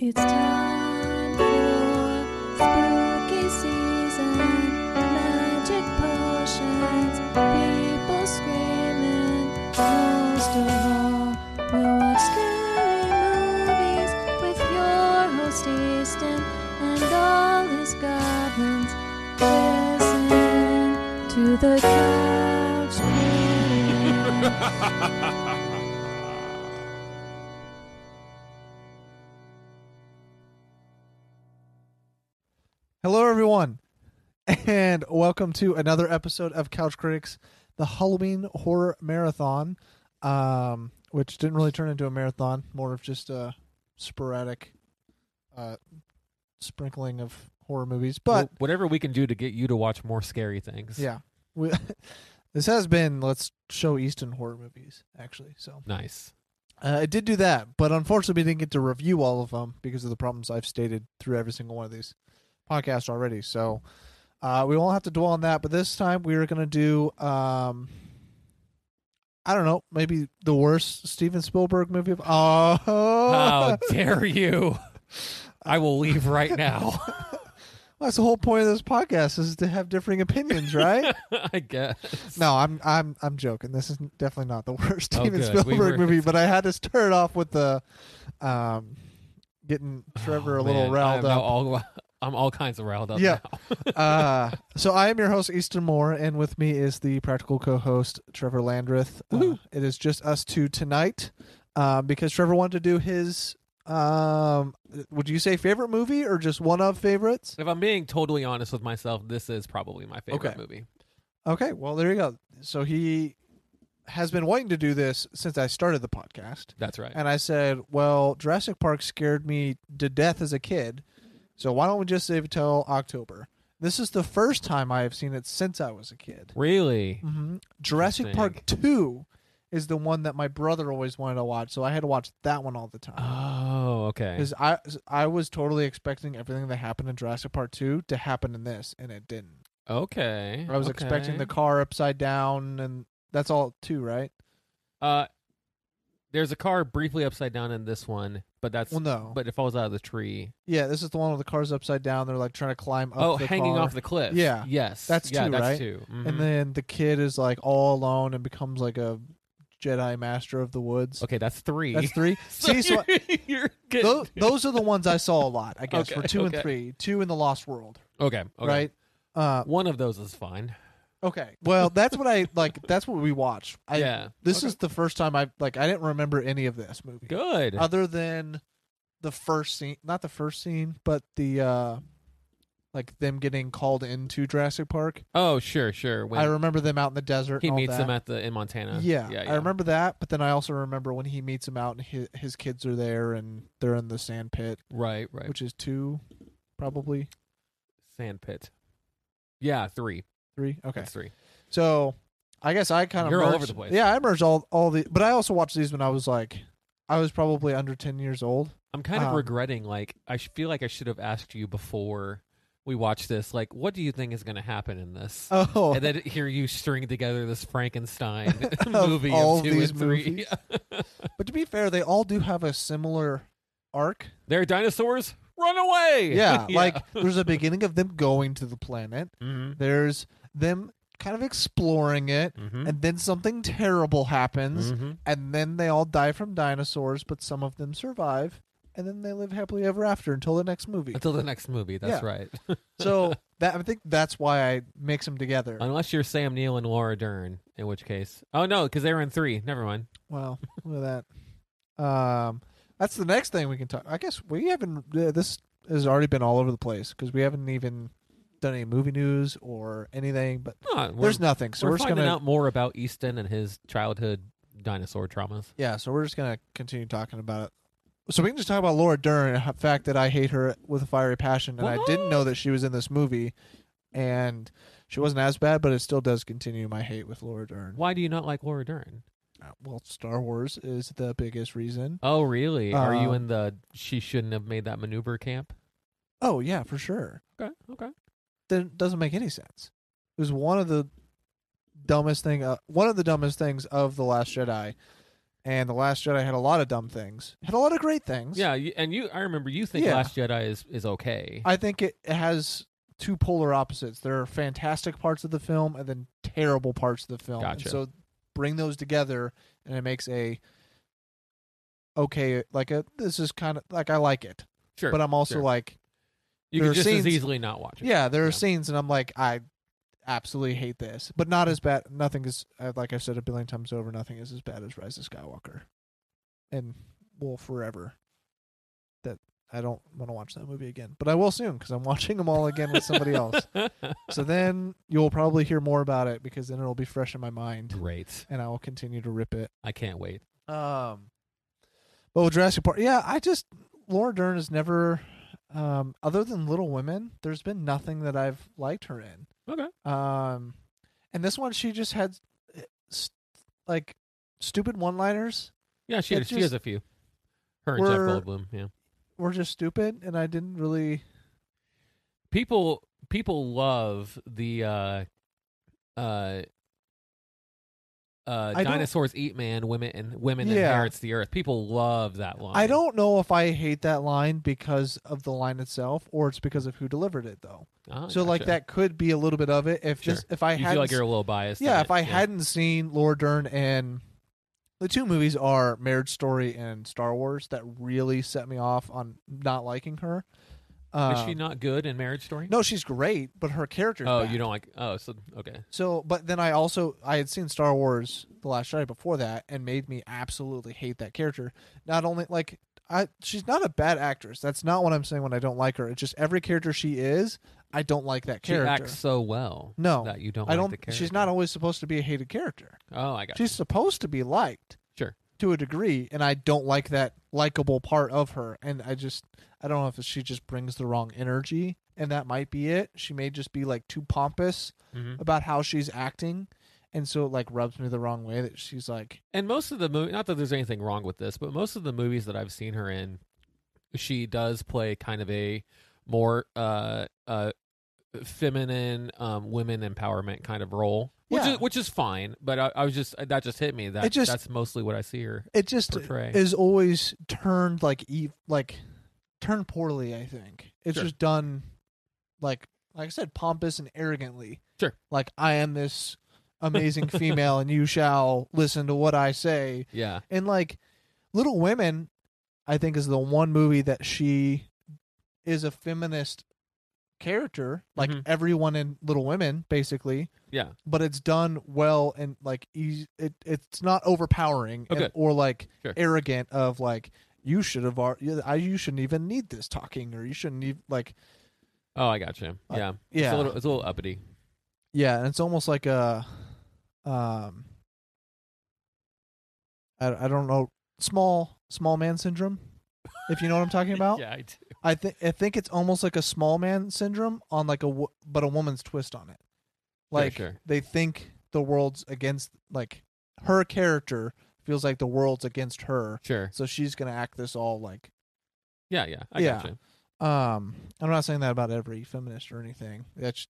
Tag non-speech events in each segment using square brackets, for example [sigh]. It's time for spooky season. Magic potions, people screaming. Most of all, we'll watch scary movies with your host Easton and all his goblins. Listen to the couch. Please. Hello, everyone, and welcome to another episode of Couch Critics, the Halloween Horror Marathon, um, which didn't really turn into a marathon, more of just a sporadic uh, sprinkling of horror movies. But Wh- whatever we can do to get you to watch more scary things. yeah, we, [laughs] this has been let's show Easton horror movies actually. So [laughs] Nice. uh, I did do that, but unfortunately, we didn't get to review all of them because of the problems I've stated through every single one of these podcasts already. So uh, we won't have to dwell on that. But this time, we are going to do, um, I don't know, maybe the worst Steven Spielberg movie of. Oh, How [laughs] dare you? I will leave right now. [laughs] that's the whole point of this podcast is to have differing opinions, right? I guess. no, I'm I'm I'm joking. This is definitely not the [laughs] worst Oh, Steven good. We Spielberg were- movie, but I had to start off with the, um, getting Trevor Oh, a little man. riled I'm now up. All, [laughs] I'm all kinds of riled up. Yeah. now. uh, so I am your host, Easton Moore, and with me is the practical co-host, Trevor Landreth. Uh, Woohoo. it is just us two tonight, um, because Trevor wanted to do his. Um, would you say favorite movie or just one of favorites? If I'm being totally honest with myself, this is probably my favorite Okay. movie. Okay, well there you go. So he has been wanting to do this since I started the podcast. That's right. And I said, "Well, Jurassic Park scared me to death as a kid, so why don't we just save it till October?" This is the first time I have seen it since I was a kid. Really? hmm Jurassic Park Two is the one that my brother always wanted to watch, so I had to watch that one all the time. Oh, okay. Because I I was totally expecting everything that happened in Jurassic Park Two to happen in this, and it didn't. Okay. I was okay. expecting the car upside down, and that's all two, right? Uh, there's a car briefly upside down in this one, but that's Well, no, but it falls out of the tree. yeah, this is the one where the car's upside down. They're like trying to climb up. oh, the hanging car. off the cliff. Yeah. Yes. That's yeah, two, That's right? 2 and Mhm. then the kid is like all alone and becomes like a Jedi master of the woods. okay, that's three. [laughs] That's three. See, [laughs] so you're, [laughs] you're good. those, those are the ones I saw a lot. I guess Okay, for two okay. and three, two in the Lost World, okay, okay. right? Uh, One of those is fine. okay. Well, that's what I like. That's what we watched. I, yeah. This Okay. is the first time I like. I didn't remember any of this movie good. other than the first scene. Not the first scene, but the uh, like them getting called into Jurassic Park. oh, sure, sure. When I remember them out in the desert. he and all meets that. them at the in Montana. Yeah, yeah, I remember that, but then I also remember when he meets him out and his, his kids are there and they're in the sand pit, Right, right. which is two, probably Sand pit. Yeah, three. three. Okay, That's three. so I guess I kind of You're all over the place. Yeah, I merged all all the, but I also watched these when I was like, I was probably under ten years old. [laughs] I'm kind of Um, regretting. Like, I sh- feel like I should have asked you before we watched this. Like, what do you think is going to happen in this? Oh, and then hear you string together this [laughs] Frankenstein Of movie all of two these and three. movies? [laughs] but to be fair, they all do have a similar arc. [laughs] They're dinosaurs. Run away! [laughs] Yeah, like there's a beginning of them going to the planet. There's them kind of exploring it. Mm-hmm. And then something terrible happens, Mm-hmm. and then they all die from dinosaurs, but some of them survive, and then they live happily ever after until the next [laughs] movie. Until the next movie, that's Yeah. right. [laughs] so that I think that's why I mix them together. Unless you're Sam Neill and Laura Dern, in which case, oh no, because they were in three. Never mind. Wow, look at that. Um, that's the next thing we can talk. I guess we haven't. uh, This has already been all over the place because we haven't even done any movie news or anything. But No, we're, there's nothing, so we're, we're, just finding gonna out more about Easton and his childhood dinosaur traumas. yeah. So we're just gonna continue talking about it. So we can just talk about Laura Dern and the fact that I hate her with a fiery passion, and I didn't know that she was in this movie, and she wasn't as bad, but it still does continue my hate with Laura Dern. Why do you not like Laura Dern? Uh, Well, Star Wars is the biggest reason. Oh, really? Are you Um, in the she shouldn't have made that maneuver camp? Oh yeah, for sure. Okay, okay. Then it doesn't make any sense. It was one of the dumbest thing, uh, one of the dumbest things of the Last Jedi, and the Last Jedi had a lot of dumb things. Had a lot of great things. Yeah, you, and you. I remember you think Yeah. Last Jedi is is okay. I think it it has two polar opposites. There are fantastic parts of the film and then terrible parts of the film. And Gotcha. so bring those together and it makes a okay like a this is kind of like I like it. sure, but I'm also sure. like you there can are just as scenes- easily not watch it. yeah, there are Yeah. scenes and I'm like I absolutely hate this. But not as bad nothing is uh, like I've said a billion times over nothing is as bad as Rise of Skywalker. And will forever that I don't want to watch that movie again, but I will soon because I'm [laughs] watching them all again with somebody else. So then you'll probably hear more about it because then it'll be fresh in my mind, [laughs] Great. and I will continue to rip it. I can't wait. Um, but with Jurassic Park, yeah, I just Laura Dern has never, um, other than Little Women, there's been nothing that I've liked her in. Okay. Um, and this one she just had, eh, st- like, stupid one-liners Yeah, she It has, she has just- a few. Her and Jeff We're- Goldblum. Yeah. were just stupid, and I didn't really. people people love the uh uh uh, don't- dinosaurs eat man, women and women Yeah. inherits the earth. People love that line. I don't know if I hate that line because of the line itself, or it's because of who delivered it, though. Ah, So like gotcha. that could be a little bit of it if Sure. just if I You had feel like you're a little biased. in yeah if it, I hadn't seen Laura Dern and the two movies are Marriage Story and Star Wars that really set me off on not liking her. Um, is she not good in Marriage Story? No, she's great, but her character. Oh, you don't like. Oh, so okay. So, but then I also I had seen Star Wars: The Last Jedi before that, and made me absolutely hate that character. Not only like I, she's not a bad actress. That's not what I'm saying when I don't like her. It's just every character she is, I don't like that She character. acts so well. No, that you don't. I like don't. The character. she's not always supposed to be a hated character. Oh, I got. She's supposed to be liked. Sure. To a degree, and I don't like that likable part of her. And I just, I don't know if she just brings the wrong energy, and that might be it. She may just be like too pompous hmm about how she's acting, and so it like rubs me the wrong way that she's like, And most of the movie, not that there's anything wrong with this, but most of the movies that I've seen her in, she does play kind of a more uh uh feminine um women empowerment kind of role, which Yeah. is which is fine. But I, I was just that just hit me. It That just- that's mostly what I see her. it just Portray. is always turned like eve, like turned poorly. I think it's Sure. just done like, like I said, pompous and arrogantly. Sure. Like I am this amazing female, and you shall listen to what I say. Yeah, And like Little Women, I think is the one movie that she is a feminist character, like Mhm. everyone in Little Women, basically. yeah, But it's done well and like easy. It it's not overpowering and- Okay. or like Sure. arrogant of like you should have ar- you- I you shouldn't even need this talking or you shouldn't need like oh, I got you. Uh, Yeah, yeah It's a little, it's a little uppity. yeah and it's almost like a um I, I don't know small small man syndrome if you know what I'm talking about yeah, I do. I think I think it's almost like a small man syndrome on like a wo- but a woman's twist on it. Like sure. they think the world's against like her character feels like the world's against her, Sure. so she's gonna act this all like. Yeah, yeah, I Yeah. got you. Um, I'm not saying that about every feminist or anything. That's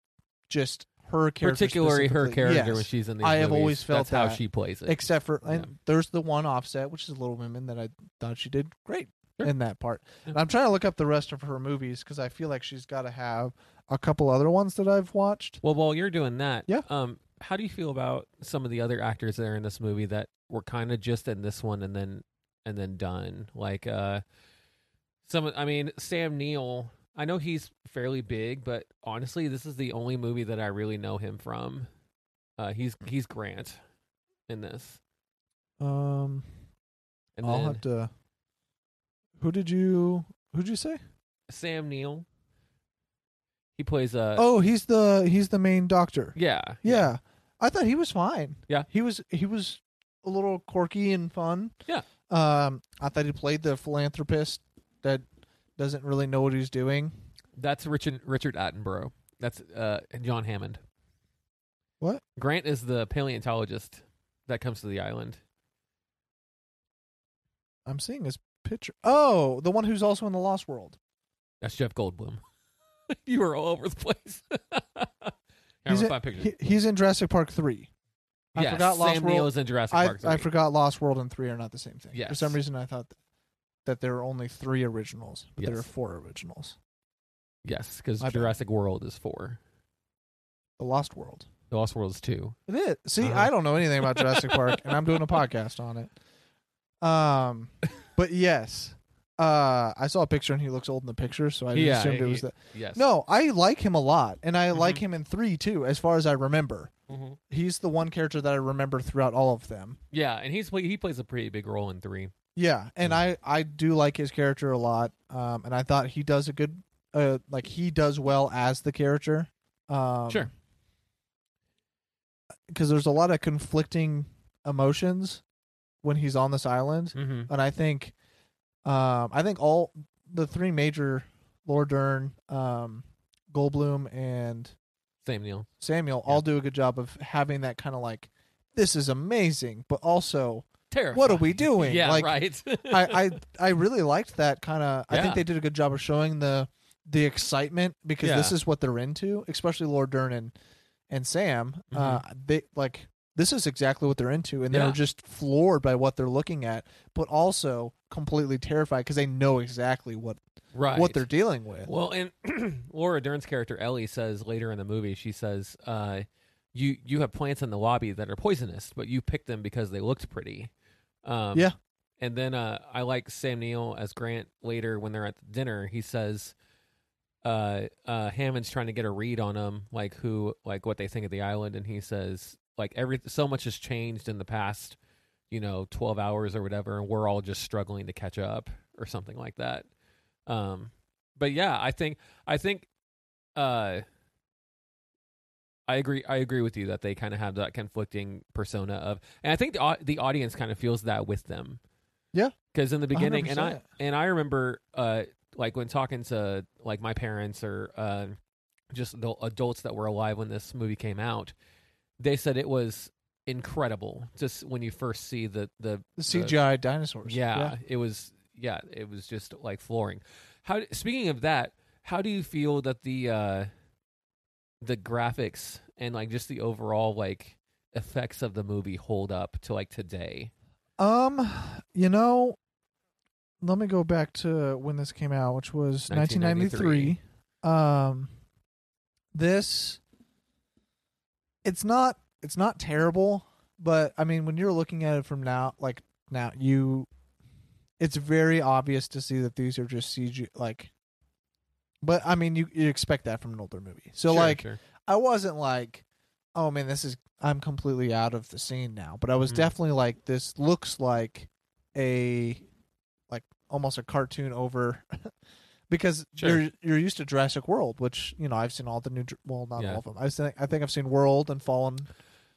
just her character, Particularly her specifically. character Yes. when she's in these I have movies, always felt that's how that. she plays it. Except for and Yeah. there's the one offset, which is Little Women, that I thought she did great Sure. in that part. Yeah. And I'm trying to look up the rest of her movies because I feel like she's got to have a couple other ones that I've watched. Well, while you're doing that, Yeah. Um, how do you feel about some of the other actors that are in this movie that were kind of just in this one and then and then done? Like, uh, some. I mean, Sam Neill. I know he's fairly big, but honestly, this is the only movie that I really know him from. Uh, he's he's Grant in this, Um, and I'll then have to. Who did you? Who'd you say? Sam Neill. He plays uh oh, he's the he's the main doctor. yeah Yeah. I thought he was fine. Yeah. he was he was a little quirky and fun. Yeah. Um, I thought he played the philanthropist that doesn't really know what he's doing. That's Richard Richard Attenborough. That's uh, John Hammond. What? Grant is the paleontologist that comes to the island. I'm seeing his picture. Oh, the one who's also in the Lost World. That's Jeff Goldblum. [laughs] you were all over the place. [laughs] Here, I'm He's gonna a- find pictures. He, he's in Jurassic Park three. I Yes, forgot Lost Sam World. Neill is in Jurassic I, Park. I 3. forgot Lost World and three are not the same thing. For Yes. some reason, I thought th- that there were only three originals, but there Yes. are four originals. Yes, because My bad. Jurassic World is four. The Lost World. The Lost World is two. [laughs] It is. See, Uh-huh. I don't know anything about Jurassic Park, and I'm doing a podcast on it. Um, but yes, uh, I saw a picture and he looks old in the picture, so I just Yeah, assumed it he- was that. Yes. No, I like him a lot, and I like Mhm. him in three too, as far as I remember. Mhm. He's the one character that I remember throughout all of them. Yeah, and he's play- he plays a pretty big role in three. Yeah, and Yeah. I I do like his character a lot. Um, and I thought he does a good, uh, like he does well as the character. Um, Sure. Because there's a lot of conflicting emotions when he's on this island, Mm-hmm. and I think, um, I think all the three major, Laura Dern, um, Goldblum, and Sam Neill. Samuel all do a good job of having that kind of like, this is amazing, but also Terrifying. what are we doing? Yeah, like, right. I, I I really liked that kind of. I Yeah. think they did a good job of showing the the excitement because this Yeah. is what they're into, especially Laura Dern and, and Sam. Uh, they like this is exactly what they're into, and Mm-hmm. Yeah. they're just floored by what they're looking at, but also completely terrified because they know exactly what [laughs] right. what they're dealing with. Well, and [clears throat] Laura Dern's character Ellie says later in the movie, she says, uh, "You you have plants in the lobby that are poisonous, but you picked them because they looked pretty." Um, Yeah. And then uh, I like Sam Neill as Grant later when they're at the dinner. He says, uh, uh, "Hammond's trying to get a read on them, like who, like what they think of the island," and he says, "Like every so much has changed in the past, you know, twelve hours or whatever, and we're all just struggling to catch up or something like that." Um, but yeah, I think I think uh I agree I agree with you that they kind of have that conflicting persona of and I think the au- the audience kind of feels that with them. Yeah. Cuz in the beginning and I 100%. and I remember uh like when talking to like my parents or uh just the adults that were alive when this movie came out, they said it was incredible just when you first see the the The CGI dinosaurs. yeah, it was. Yeah, it was just like flooring. How speaking of that, how do you feel that the uh the graphics and like just the overall like effects of the movie hold up to like today? Um, you know, let me go back to when this came out, which was 1993. 1993. Um, this it's not it's not terrible, but I mean, when you're looking at it from now, like now, you it's very obvious to see that these are just CG, like. But I mean, you you expect that from an older movie, so Sure, like sure. I wasn't like, oh man, this is I'm completely out of the scene now. But I was Mhm. definitely like, this looks like a like almost a cartoon over [laughs] because Sure. you're you're used to Jurassic World, which you know I've seen all the new Ju- well not Yeah. all of them. I've seen I think I've seen World and Fallen,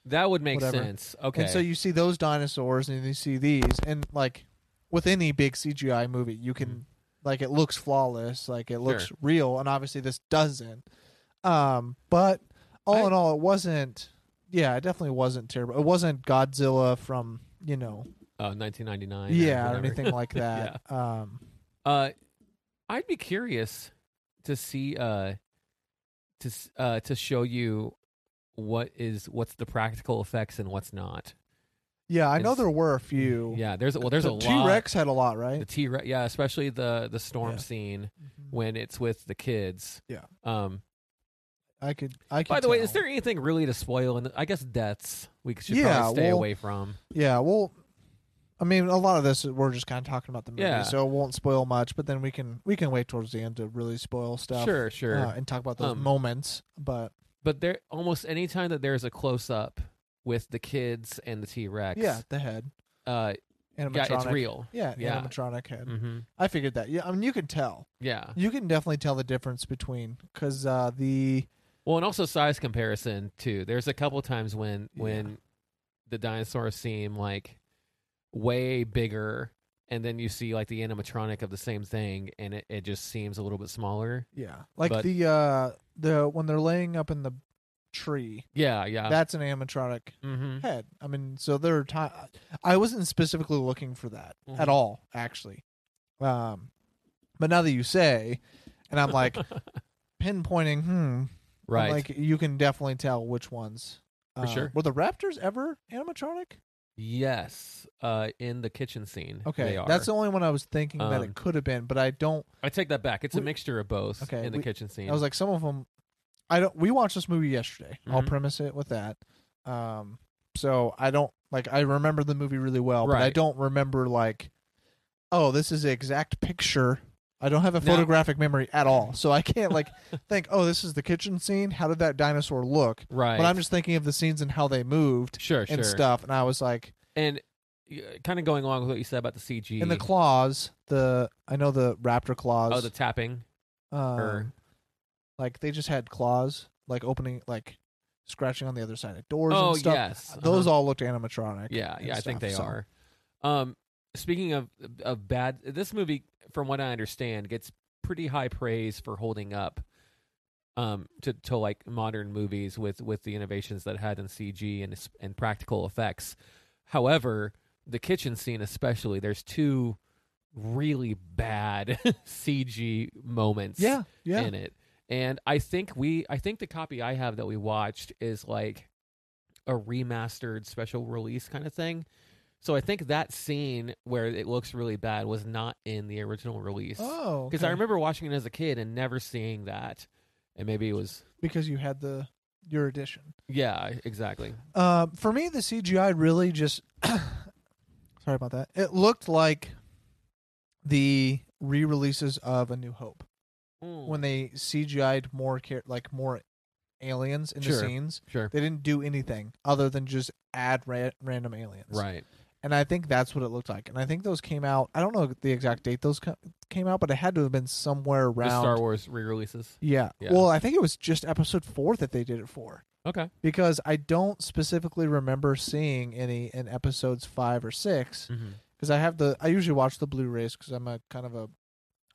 that would make whatever. sense. Okay, and so you see those dinosaurs and you see these and like with any big CGI movie, you can Mhm. like it looks flawless, like it looks Sure. real, and obviously this doesn't. Um, but all I- in all, it wasn't. Yeah, it definitely wasn't terrible. It wasn't Godzilla from you know, uh, 1999. or yeah, or whatever. anything [laughs] like that. Um, Uh, I'd be curious to see uh to s- uh to show you what is what's the practical effects and what's not. yeah, I know It's- there were a few. Yeah, there's well there's a the lot. T Rex had a lot, The right? T Rex, yeah, especially the the storm Yeah. scene Mhm. when it's with the kids. Yeah. Um. I could. I could. By the way, is tell. there anything really to spoil? And I guess deaths we should Yeah, probably stay well, away from. Yeah, well, I mean, a lot of this we're just kind of talking about the movie, Yeah. so it won't spoil much. But then we can we can wait towards the end to really spoil stuff. Sure, sure. uh, and talk about those Um, moments. But but there, almost any time that there's a close up with the kids and the T Rex, yeah, the head uh, yeah, animatronic. it's real. Yeah, Yeah. animatronic head. Mm-hmm. I figured that. Yeah, I mean, you can tell. Yeah. You can definitely tell the difference between because uh, the Well, and also size comparison too. There's a couple times when Yeah. when the dinosaurs seem like way bigger, and then you see like the animatronic of the same thing, and it, it just seems a little bit smaller. yeah, like But- the uh the when they're laying up in the tree, Yeah, yeah. that's an animatronic mm-hmm. head. I mean, so there are time. I wasn't specifically looking for that Mhm. at all, actually. Um, but now that you say, and I'm [laughs] like pinpointing, hmm, I'm right. like you can definitely tell which ones Uh, sure. Were the Raptors ever animatronic? Yes, uh, in the kitchen scene. Okay, they are. that's the only one I was thinking that Um, it could have been, but I don't. I take that back. It's a We- mixture of both. Okay, in the we- kitchen scene. I was like, some of them. I don't. We watched this movie yesterday. I'll Mhm. premise it with that. Um, so I don't like. I remember the movie really well, but I Right. don't remember like, oh, this is the exact picture. I don't have a No. photographic memory at all, so I can't [laughs] like think. Oh, this is the kitchen scene. How did that dinosaur look? right. But I'm just thinking of the scenes and how they moved sure, sure. and stuff. And I was like, And kind of going along with what you said about the CG in the claws, the I know the raptor claws. Oh, the tapping. um, or- like they just had claws like opening like scratching on the other side of doors oh and stuff yes, those uh-huh. all looked animatronic Yeah, and yeah, I think stuff, they so. are. Um, speaking of of bad, this movie, from what I understand, gets pretty high praise for holding up. Um, to, to like modern movies with with the innovations that it had in CG and s- and practical effects. However, the kitchen scene especially, there's two really bad [laughs] CG moments yeah yeah in it. And I think we I think the copy I have that we watched is like a remastered special release kind of thing. So I think that scene where it looks really bad was not in the original release. oh Because I okay. remember watching it as a kid and never seeing that. And maybe it was because you had the your edition Yeah, exactly. um for me the cgi really just [coughs] sorry about that it looked like the re-releases of a new hope Hmm. Hmm. when they cgi'd more char- like more aliens in Sure. the scenes [laughs] Sure. they didn't do anything other than just add ra- random aliens Right. and I think that's what it looked like. And I think those came out. I don't know the exact date those co- came out, but it had to have been somewhere The around. Star Wars re releases. Yeah. Yeah. Well, I think it was just episode four that they did it for Okay. because I don't specifically remember seeing any in episodes five or six Mm-hmm. because I have the. I usually watch the Blu-rays because I'm a kind of a.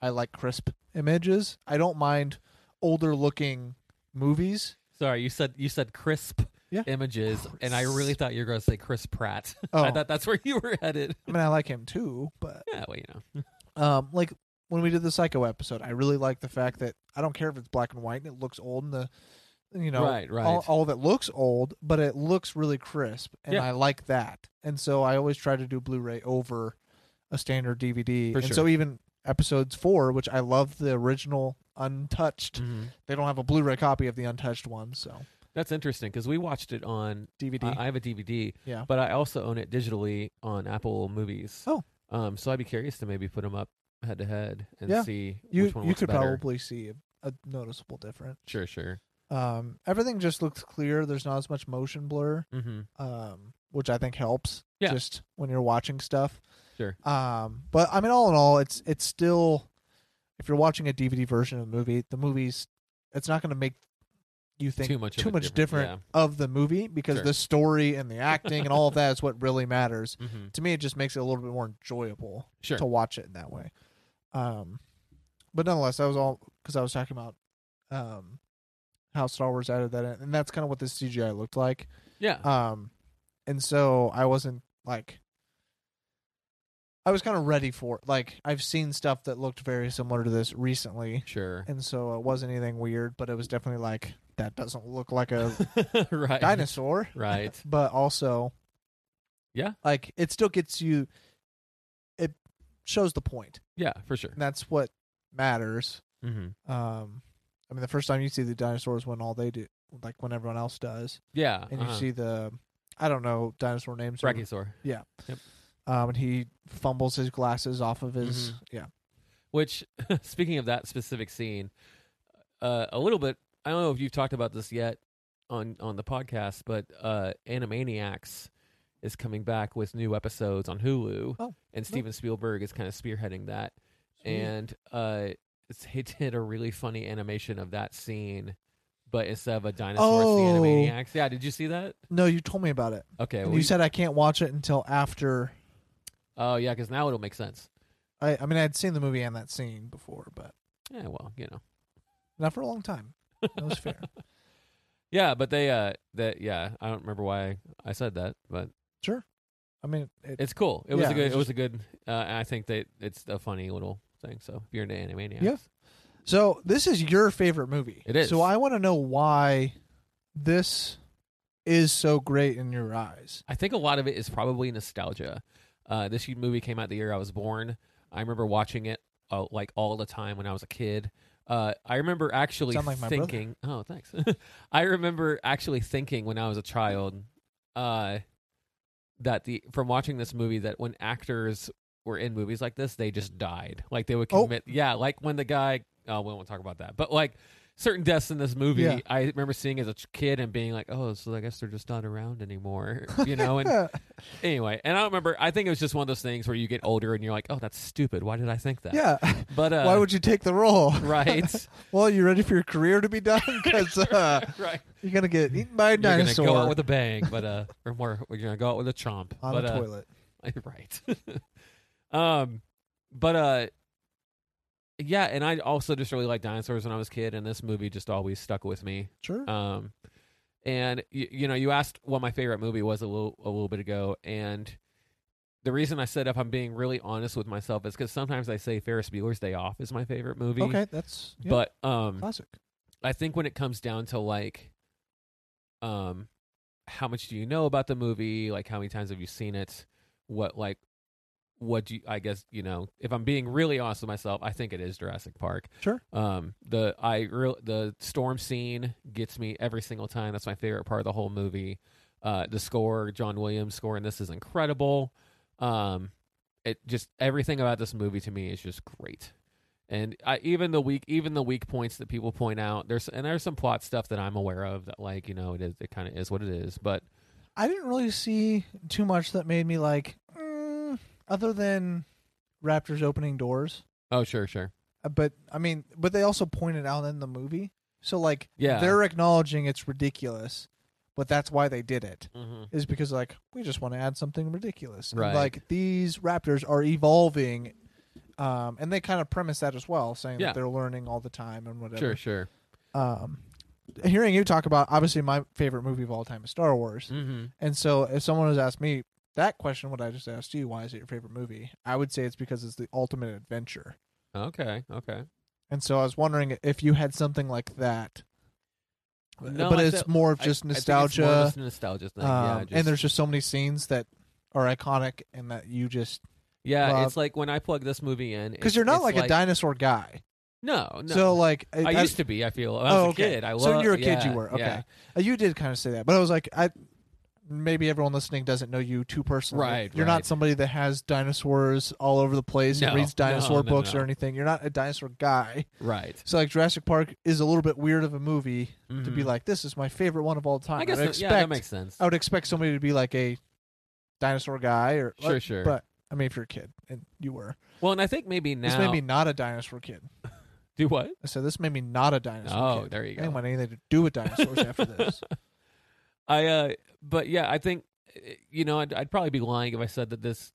I like crisp images. I don't mind older looking movies. Sorry, you said you said crisp Yeah. images, and I really thought you were going to say Chris Pratt. [laughs] I Oh. thought that's where you were headed. [laughs] I mean, I like him too, but Yeah, well, you know. um, like when we did the psycho episode i really like the fact that i don't care if it's black and white and it looks old and the you know right, right. all, all of it looks old but it looks really crisp and Yeah. i like that and so i always try to do blu-ray over a standard dvd For and sure. so even episodes four which i love the original untouched Mhm. they don't have a blu-ray copy of the untouched one so That's interesting because we watched it on. dvd I I have a DVD, Yeah. but I also own it digitally on Apple Movies. Oh. um, so I'd be curious to maybe put them up head to head and Yeah. see you which one you looks could better. probably see a, a noticeable difference Sure, sure. um everything just looks clear there's not as much motion blur Mm-hmm. um, which I think helps. Yeah. Just when you're watching stuff. Sure. Um, but I mean, all in all, it's it's still if you're watching a DVD version of the movie, the movie's it's not going to make you think Too much of a much different, different- of the movie because Sure. the story and the acting and all of that is what really matters. Mm-hmm. To me, it just makes it a little bit more enjoyable Sure. to watch it in that way. Um, but nonetheless, that was all because I was talking about um, how Star Wars added that in, and that's kind of what this CGI looked like. yeah. Um, and so I wasn't like, I was kind of ready for it. Like I've seen stuff that looked very similar to this recently, sure. [laughs] and so it wasn't anything weird, but it was definitely like that doesn't look like [laughs] a right. dinosaur, Right. but also, Yeah. like it still gets you. It shows the point, Yeah, for sure. and that's what matters. Mm-hmm. Um, I mean, the first time you see the dinosaurs when all they do, like when everyone else does, Yeah. and uh-huh. you see the, I don't know dinosaur names. or- Brachiosaur. um, and he fumbles his glasses off of his. Mhm. Yeah, Which, [laughs] speaking of that specific scene, uh, a little bit. I don't know if you've talked about this yet on on the podcast, but uh, Animaniacs is coming back with new episodes on Hulu, Oh, and Steven Spielberg is kind of spearheading that. Sweet. And uh, it's- he did a really funny animation of that scene, but instead of a dinosaur, it's the Oh. Animaniacs. Yeah, did you see that? no, you told me about it, Okay. and well, you you- said I can't watch it until after. oh yeah, because now it'll make sense. I, I mean, I had seen the movie and that scene before, but Yeah, well, you know. not for a long time. That was [laughs] fair. Yeah, but they uh that yeah, I don't remember why I said that, but I mean, it, it's cool. It was Yeah, a good it's it was a good uh and I think that it's a funny little thing. So if you're into Animaniacs. Yeah. so this is your favorite movie. It is. So I want to know why this is so great in your eyes. I think a lot of it is probably nostalgia. Uh, this movie came out the year I was born. I remember watching it uh, like all the time when I was a kid. Uh, I remember actually Sound like my brother. thinking, oh, thanks. [laughs] I remember actually thinking when I was a child uh, that the from watching this movie that when actors were in movies like this, they just died. Like they would Oh. commit, yeah, like when the guy. Oh, we won't talk about that. But like certain deaths in this movie, Yeah. I remember seeing as a ch- kid and being like, oh, so I guess they're just not around anymore, [laughs] you [laughs] know. And Yeah, anyway, and I don't remember. I think it was just one of those things where you get older and you're like, oh, that's stupid. Why did I think that? yeah. But [laughs] uh, Why would you take the role? right, [laughs] [laughs] Well, you ready for your career to be done? Because uh, right. you're gonna get eaten by a You're gonna dinosaur go out with a bang, [laughs] but uh, or more, you're gonna go out with a chomp on but, a uh, toilet. [laughs] right um but uh yeah and i also just really liked dinosaurs when i was a kid and this movie just always stuck with me Sure. um and you, you know you asked what my favorite movie was a little a little bit ago and the reason i said if i'm being really honest with myself is because sometimes i say ferris bueller's day off is my favorite movie okay, that's yeah, but um classic. I think when it comes down to like, um, how much do you know about the movie? Like, how many times have you seen it? What like, what do you? I guess you know. If I'm being really honest with myself, I think it is Jurassic Park. Sure. Um, the I real the storm scene gets me every single time. That's my favorite part of the whole movie. Uh, the score, John Williams' score, in this is incredible. Um, it just everything about this movie to me is just great. And I, even the weak, even the weak points that people point out, there's and there's some plot stuff that I'm aware of that like you know it is it kind of is what it is. But I didn't really see too much that made me like, mm, other than raptors opening doors. oh sure sure Uh, But I mean, but they also pointed out in the movie, so like, Yeah. they're acknowledging it's ridiculous, but that's why they did it. mm-hmm. Is because like we just want to add something ridiculous, And, Right. like these raptors are evolving, um, and they kind of premise that as well, saying Yeah. that they're learning all the time and whatever. sure sure um, hearing you talk about obviously my favorite movie of all time is Star Wars, mm-hmm. and so if someone was asked me that question, what I just asked you, why is it your favorite movie? I would say it's because it's the ultimate adventure. okay okay And so I was wondering if you had something like that, No, but I it's feel- more of I- just I think it's more nostalgia. just a nostalgia thing. yeah, um, just- and there's just so many scenes that are iconic and that you just yeah, love- it's like when I plug this movie in because it's- you're not it's like, a dinosaur guy. No, no. So like I used to be. I feel when I was oh, a okay. kid. I love. So you're a kid, you yeah, were. Okay. yeah. Uh, You did kind of say that, but I was like, I maybe everyone listening doesn't know you too personally. Right, You're right. not somebody that has dinosaurs all over the place and No, reads dinosaur no, no, books no. or anything. You're not a dinosaur guy. Right. So like Jurassic Park is a little bit weird of a movie to be Mhm. like, this is my favorite one of all time. I guess would that, expect Oh. yeah, that makes sense. I would expect somebody to be like a dinosaur guy or Sure, sure. But I mean, if you're a kid and you were, well, and I think maybe now this made me not a dinosaur kid. do what? I said this made me not a dinosaur Oh, kid. there you I go. didn't want anything to do with dinosaurs after this. [laughs] I uh but yeah, I think eh, you know, I'd, I'd probably be lying if I said that this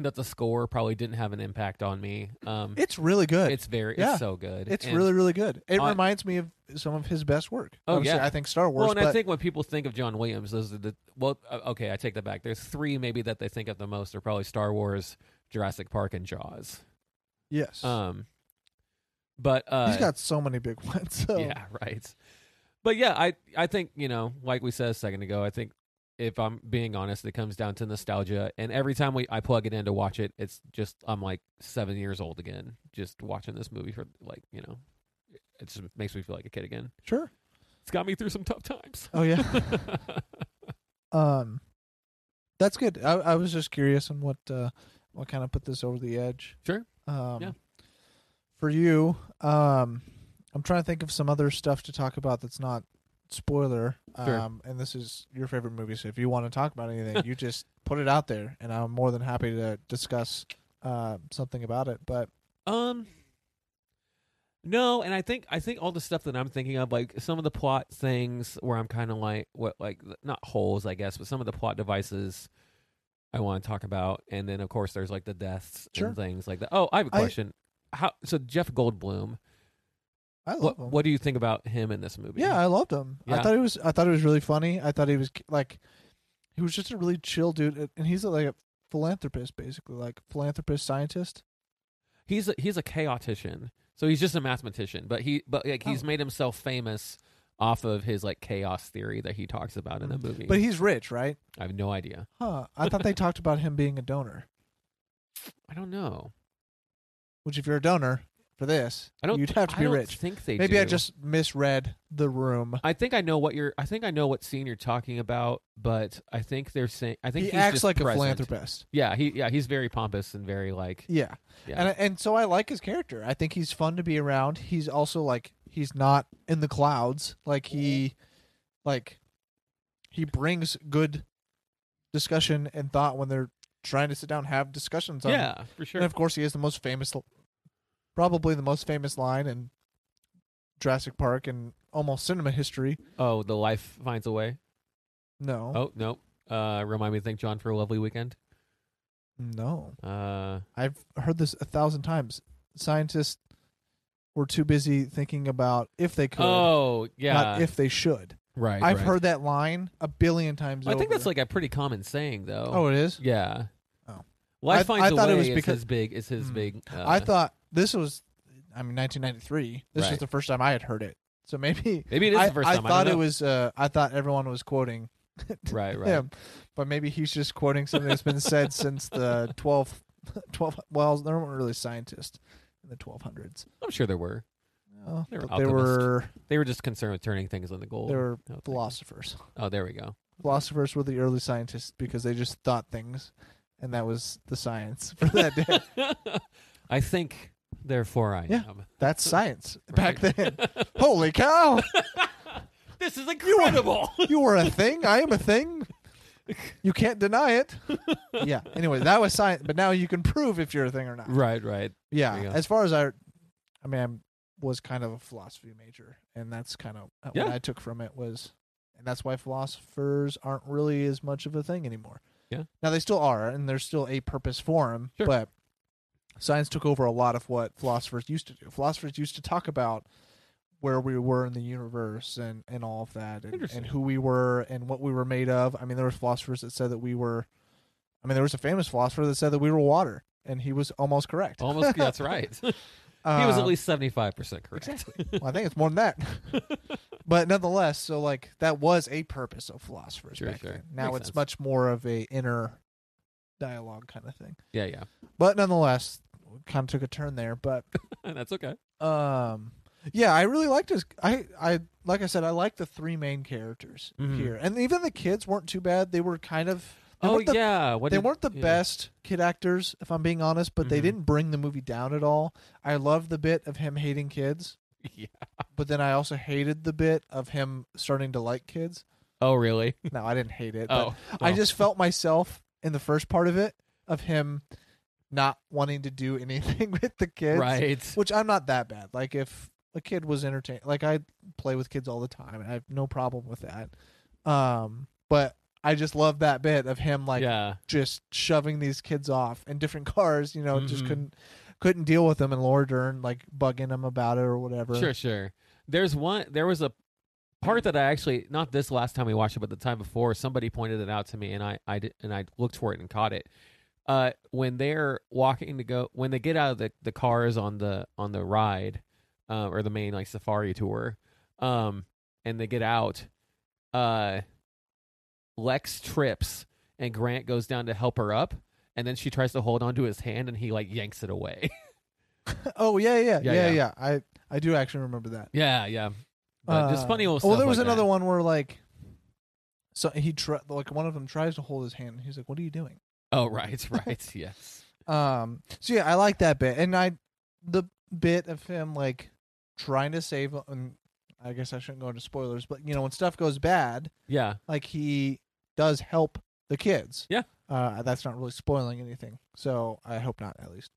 that the score probably didn't have an impact on me. Um It's really good. it's very yeah. it's so good. It's And- really, really good. It I- reminds me of some of his best work. Oh, Obviously, yeah. I think Star Wars. well, and I but- think when people think of John Williams, those are the well. uh, Okay, I take that back. There's three maybe that they think of the most are probably Star Wars, Jurassic Park, and Jaws. yes, Um, but uh, he's got so many big [laughs] ones. So. Yeah, right. But yeah, I I think you know, like we said a second ago, I think if I'm being honest, it comes down to nostalgia. And every time we I plug it in to watch it, it's just I'm like seven years old again, just watching this movie for like you know, it just makes me feel like a kid again. sure. It's got me through some tough times. [laughs] Oh yeah. um, that's good. I, I was just curious on what uh, what kind of put this over the edge. Sure. Um, Yeah. For you, um, I'm trying to think of some other stuff to talk about that's not spoiler. Sure. Um, and this is your favorite movie, so if you want to talk about [laughs] anything, you just put it out there, and I'm more than happy to discuss uh, something about it. But Um No, and I think I think all the stuff that I'm thinking of, like some of the plot things where I'm kinda like what like not holes, I guess, but some of the plot devices I want to talk about. And then of course there's like the deaths Sure. and things like that. Oh, I have a I- question. How so Jeff Goldblum, I love what him. what do you think about him in this movie? Yeah, I loved him. I Yeah. thought he was. I thought he was really funny. I thought he was like, he was just a really chill dude, and he's like a philanthropist, basically, like philanthropist scientist. He's a he's a chaotician. So he's just a mathematician, but he but like he's Oh. made himself famous off of his like chaos theory that he talks about in the movie. Mm. But he's rich, right? I have no idea. Huh. I thought they talked about him being a donor. I don't know. Which, if you're a donor for this, I don't. you'd have to I be don't rich. Think they Maybe I do. just misread the room. I think I know what you're. I think I know what scene you're talking about, but I think they're saying. I think He he's acts just like a present. philanthropist. Yeah, he yeah he's very pompous and very like Yeah. yeah. And I- and so I like his character. I think he's fun to be around. He's also like he's not in the clouds. Like he like he brings good discussion and thought when they're trying to sit down and have discussions on yeah, for sure. And of course he has the most famous probably the most famous line in Jurassic Park and almost cinema history. oh, the life finds a way. No. Oh no. Uh, remind me to thank John for a lovely weekend. No. Uh, I've heard this a thousand times. Scientists were too busy thinking about if they could, oh yeah, not if they should. right. I've right. heard that line a billion times. I think over. that's like a pretty common saying though. Oh, it is. yeah. Oh. Life I- finds I a thought way it was is because- his big is his Hmm. big. Uh, I thought this was, I mean, 1993. This was Right. the first time I had heard it. So maybe maybe [laughs] it is I, the first I time. thought don't it know. was. Uh, I thought everyone was quoting [laughs] right, right. him, but maybe he's just quoting something that's been said since [laughs] the 12th. 12 well there weren't really scientists in the 1200s I'm sure there were. no, They were but they alchemists. were They were just concerned with turning things into gold. they were No, thank you. philosophers Oh, there we go. philosophers were the early scientists because they just thought things and that was the science for that day I think, therefore, I Yeah. [laughs] am. that's science back Right. then holy cow This is are- [laughs] incredible. you are a thing i am a thing you can't deny it yeah anyway that was science but now you can prove if you're a thing or not right, right. yeah There you go. as far as i i mean i was kind of a philosophy major and that's kind of uh, Yeah. what i took from it was and that's why philosophers aren't really as much of a thing anymore Yeah. now they still are and there's still a purpose for them Sure. but science took over a lot of what philosophers used to do philosophers used to talk about where we were in the universe and, and all of that and, Interesting. and who we were and what we were made of i mean there was philosophers that said that we were i mean there was a famous philosopher that said that we were water and he was almost correct [laughs] Almost. That's right. [laughs] he was at Um, least seventy-five percent correct. well, I think it's more than that. but nonetheless, so like that was a purpose of philosophers Sure, back sure. then. Now Makes it's sense. much more of a inner dialogue kind of thing. [laughs] Yeah, yeah. But nonetheless, kind of took a turn there. But [laughs] that's okay. um, yeah, I really liked his. I I like I said, I like the three main characters Mhm. here, and even the kids weren't too bad. They were kind of. They Oh weren't the, yeah. What They did- weren't the yeah. best kid actors, if I'm being honest, but they Mhm. didn't bring the movie down at all. I love the bit of him hating kids. Yeah. but then I also hated the bit of him starting to like [laughs] kids. Oh [laughs] really? No, I didn't hate it. But Oh, I oh. just felt myself in the first part of it of him not wanting to do [laughs] anything with the kids. oh, right. Which I'm not that bad. Like if a kid was entertained, like I play with kids all the time, and I have no problem with that. Um, but I just love that bit of him like yeah. just shoving these kids off in different [laughs] cars. You know, just Mhm. couldn't couldn't deal with them, and Laura Dern like bugging him about it or whatever. Sure, sure. There's one. There was a part that I actually not this last time we watched it, but the time before, somebody pointed it out to me, and I I did, and I looked for it and caught it. Uh, when they're walking to go, when they get out of the, the cars on the on the ride, uh, or the main like safari tour, um, and they get out, uh, Lex trips and Grant goes down to help her up, and then she tries to hold onto his hand, and he like yanks it away. [laughs] Oh yeah, yeah, yeah, Yeah, yeah. yeah. I I do actually remember that. yeah, yeah. But just Uh, funny little. Well, stuff there was like that. another one where like, so he tr- like one of them tries to hold his hand, and he's like, "What are you doing?" Oh right, [laughs] right, yes. Um. So yeah, I like that bit, and I the bit of him like trying to save. And I guess I shouldn't go into spoilers, but you know when stuff goes bad, Yeah, like he does help the kids. Yeah. Uh, that's not really spoiling anything, so I hope not at least.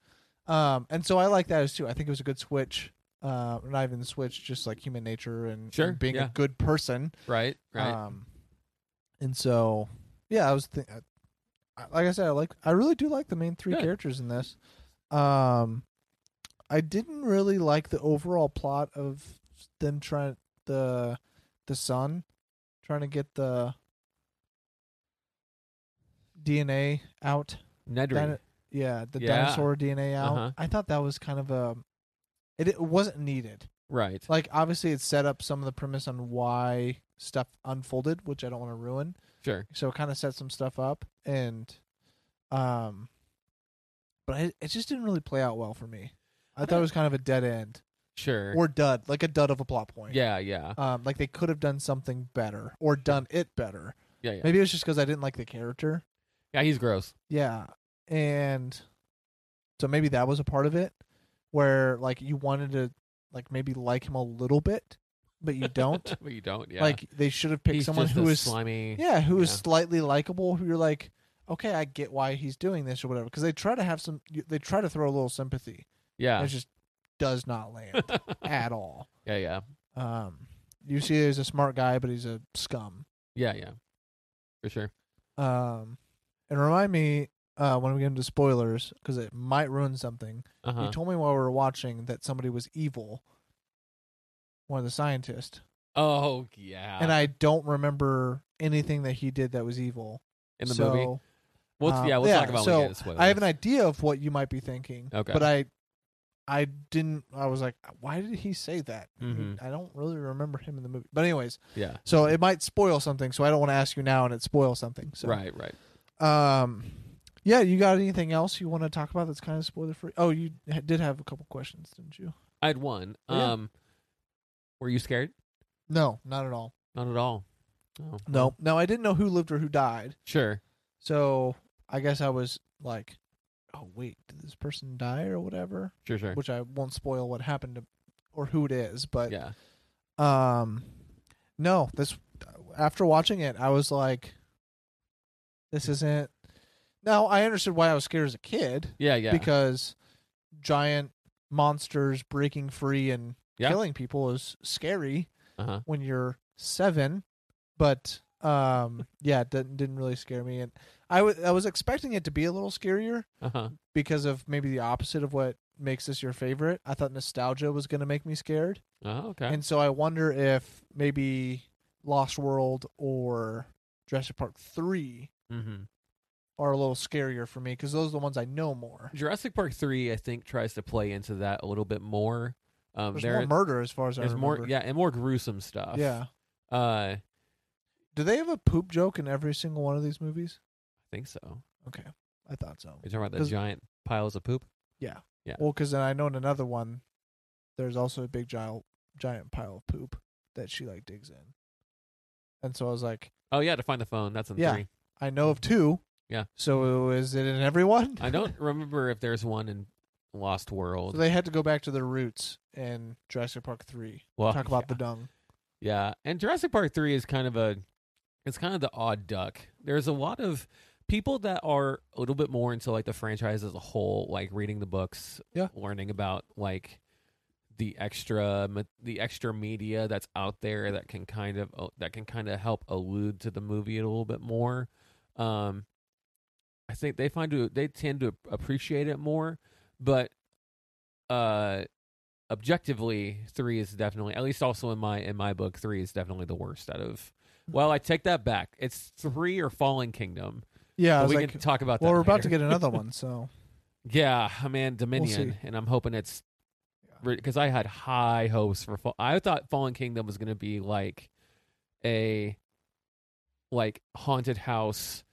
Um, and so I like that as too. I think it was a good switch. Uh, not even switch, just like human nature and, Sure, and being yeah. a good person. right, right. Um, and so, yeah, I was th- like I said, I like I really do like the main three Good. characters in this. Um, I didn't really like the overall plot of them trying the the son trying to get the DNA out. Nedry. dino- yeah, the Yeah. dinosaur DNA out. Uh-huh. I thought that was kind of a it, it wasn't needed. Right. Like obviously it set up some of the premise on why stuff unfolded, which I don't want to ruin. Sure. So it kind of set some stuff up and um but I, it just didn't really play out well for me. I thought it was kind of a dead end Sure. or dud, like a dud of a plot point. yeah, yeah. Um like they could have done something better or done it better. Yeah, yeah. Maybe it was just cuz I didn't like the character. Yeah, he's gross. Yeah. And so maybe that was a part of it where like you wanted to like maybe like him a little bit, but you don't. [laughs] but you don't, yeah. Like they should have picked he's someone just who a is slimy. yeah, who is yeah. slightly likable who you're like, "Okay, I get why he's doing this or whatever." Cuz they try to have some they try to throw a little sympathy. Yeah. It [laughs] just does not land at all. yeah, yeah. Um you see there's a smart guy, but he's a scum. Yeah, yeah. For sure. Um and remind me uh when we get into spoilers cuz it might ruin something. Uh-huh. You told me while we were watching that somebody was evil, one of the scientists, oh, yeah. and I don't remember anything that he did that was evil. in the so, movie. We'll, um, yeah, we'll yeah, talk about so it. So I have an idea of what you might be thinking. Uh, Okay. but I, I didn't. I was like, why did he say that? Mhm. I don't really remember him in the movie. But anyways, Yeah. so it might spoil something. So I don't want to ask you now, and it spoils something. So Right, right. Um. Yeah, you got anything else you want to talk about that's kind of spoiler free? Oh, you ha- did have a couple questions, didn't you? I had one. Oh, Yeah. Um Were you scared? No, not at all. Not at all. Oh. No, no, I didn't know who lived or who died. Sure. So I guess I was like, oh wait, did this person die or whatever? Sure, sure. Which I won't spoil what happened to or who it is, but yeah. um, no, this after watching it, I was like, this isn't. Now I understood why I was scared as a kid Yeah, yeah. because giant monsters breaking free and Yeah. killing people is scary uh-huh. when you're seven, but um, yeah, it didn't didn't really scare me, and I wa- I was expecting it to be a little scarier Uh-huh. because of maybe the opposite of what makes this your favorite. I thought nostalgia was going to make me scared, Oh, okay. and so I wonder if maybe Lost World or Jurassic Park Three mm-hmm. are a little scarier for me because those are the ones I know more. Jurassic Park three, I think, tries to play into that a little bit more. Um, There's there, more murder as far as I there's remember. more, yeah, and more gruesome stuff. yeah. uh, I Do they have a poop joke in every single one of these movies? think so. Are Okay, I thought so. you talking about the 'Cause- giant piles of poop? Well, because then I know in another one, there's also a big giant giant pile of poop that she like digs in, and so I was like, Oh yeah, to find the phone. That's in Yeah. three. I know of two. Mm-hmm. Yeah. So is it in everyone? I don't [laughs] remember if there's one in Lost World. So they had to go back to their roots in Jurassic Park three. well, Talk about the yeah. dung. yeah, and Jurassic Park three is kind of a, it's kind of the odd duck. There's a lot of people that are a little bit more into like the franchise as a whole, like reading the books, Yeah. learning about like the extra ma- the extra media that's out there that can kind of oh, that can kind of help allude to the movie a little bit more. Um, I think they find to they tend to appreciate it more, but uh, objectively, three is definitely at least also in my in my book, three is definitely the worst out of. Mm-hmm. Well, I take that back. It's three or Fallen Kingdom. Yeah, I But was we like, can talk about that. well, we're about to later. get another one, so [laughs] Yeah, I mean Dominion, see. and I'm hoping it's because I had high hopes for. Fall- I thought Fallen Kingdom was going to be like a like haunted house,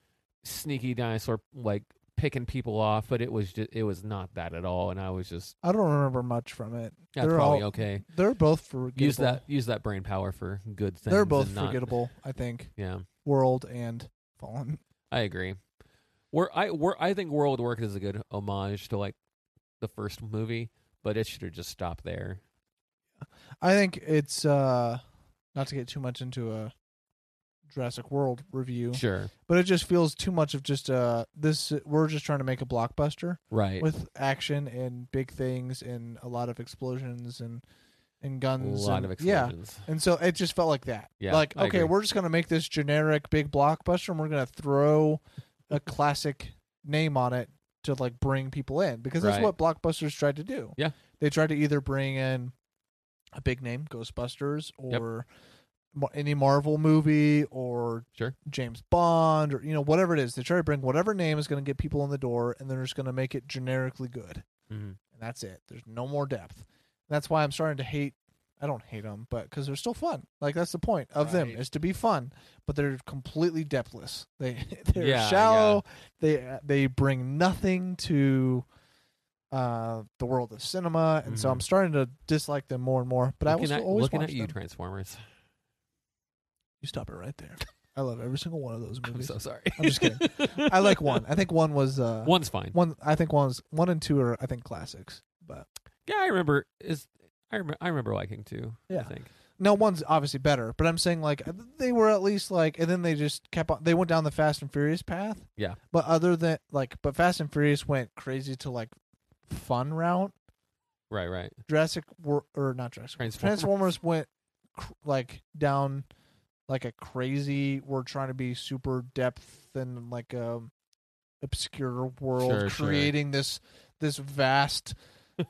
sneaky dinosaur like picking people off, but it was just it was not that at all, and I was just I don't remember much from it. that's They're probably all- okay. They're both forgettable. Use that use that brain power for good things. They're both and not- [laughs] forgettable. I think Yeah, World and Fallen. I agree. Where I where I think World Work is a good homage to like the first movie, but it should have just stopped there. I think it's uh not to get too much into a Jurassic World review, Sure. but it just feels too much of just uh this we're just trying to make a blockbuster Right. with action and big things and a lot of explosions and and a guns lot and- of yeah. explosions. And so it just felt like that. Yeah, like I okay, agree. we're just gonna make this generic big blockbuster and we're gonna throw a classic name on it to like bring people in because that's Right. what blockbusters tried to do. Yeah. they tried to either bring in a big name, Ghostbusters, or ma- any Marvel movie, or Sure. James Bond, or you know whatever it is. They try to bring whatever name is gonna get people in the door, and they're just gonna make it generically good hmm and that's it. There's no more depth. That's why I'm starting to hate. I don't hate them, but because they're still fun. Like that's the point of them Right. is to be fun, but they're completely depthless. [laughs] They they're Yeah, shallow. They they bring nothing to uh the world of cinema, and so Mhm. I'm starting to dislike them more and more. But I will looking still at, always looking watch at you, them. Transformers. You stop it right there. [laughs] I love every single one of those [laughs] I'm movies. so sorry. [laughs] I'm just kidding. [laughs] I like one. I think one was uh One's fine. one I think one was one and two are I think classics, but Yeah, I remember. Is I remember. I remember liking two. I Yeah. think. No, one's obviously better, but I'm saying like they were at least like, and then they just kept on. They went down the Fast and Furious path. Yeah. But other than like, but Fast and Furious went crazy to like fun route. Right. [laughs] Right. Jurassic were or not Jurassic World. Transformers. Transformers went cr- like down like a crazy. We're trying to be super depth and like um obscure world, Sure, sure. creating this this vast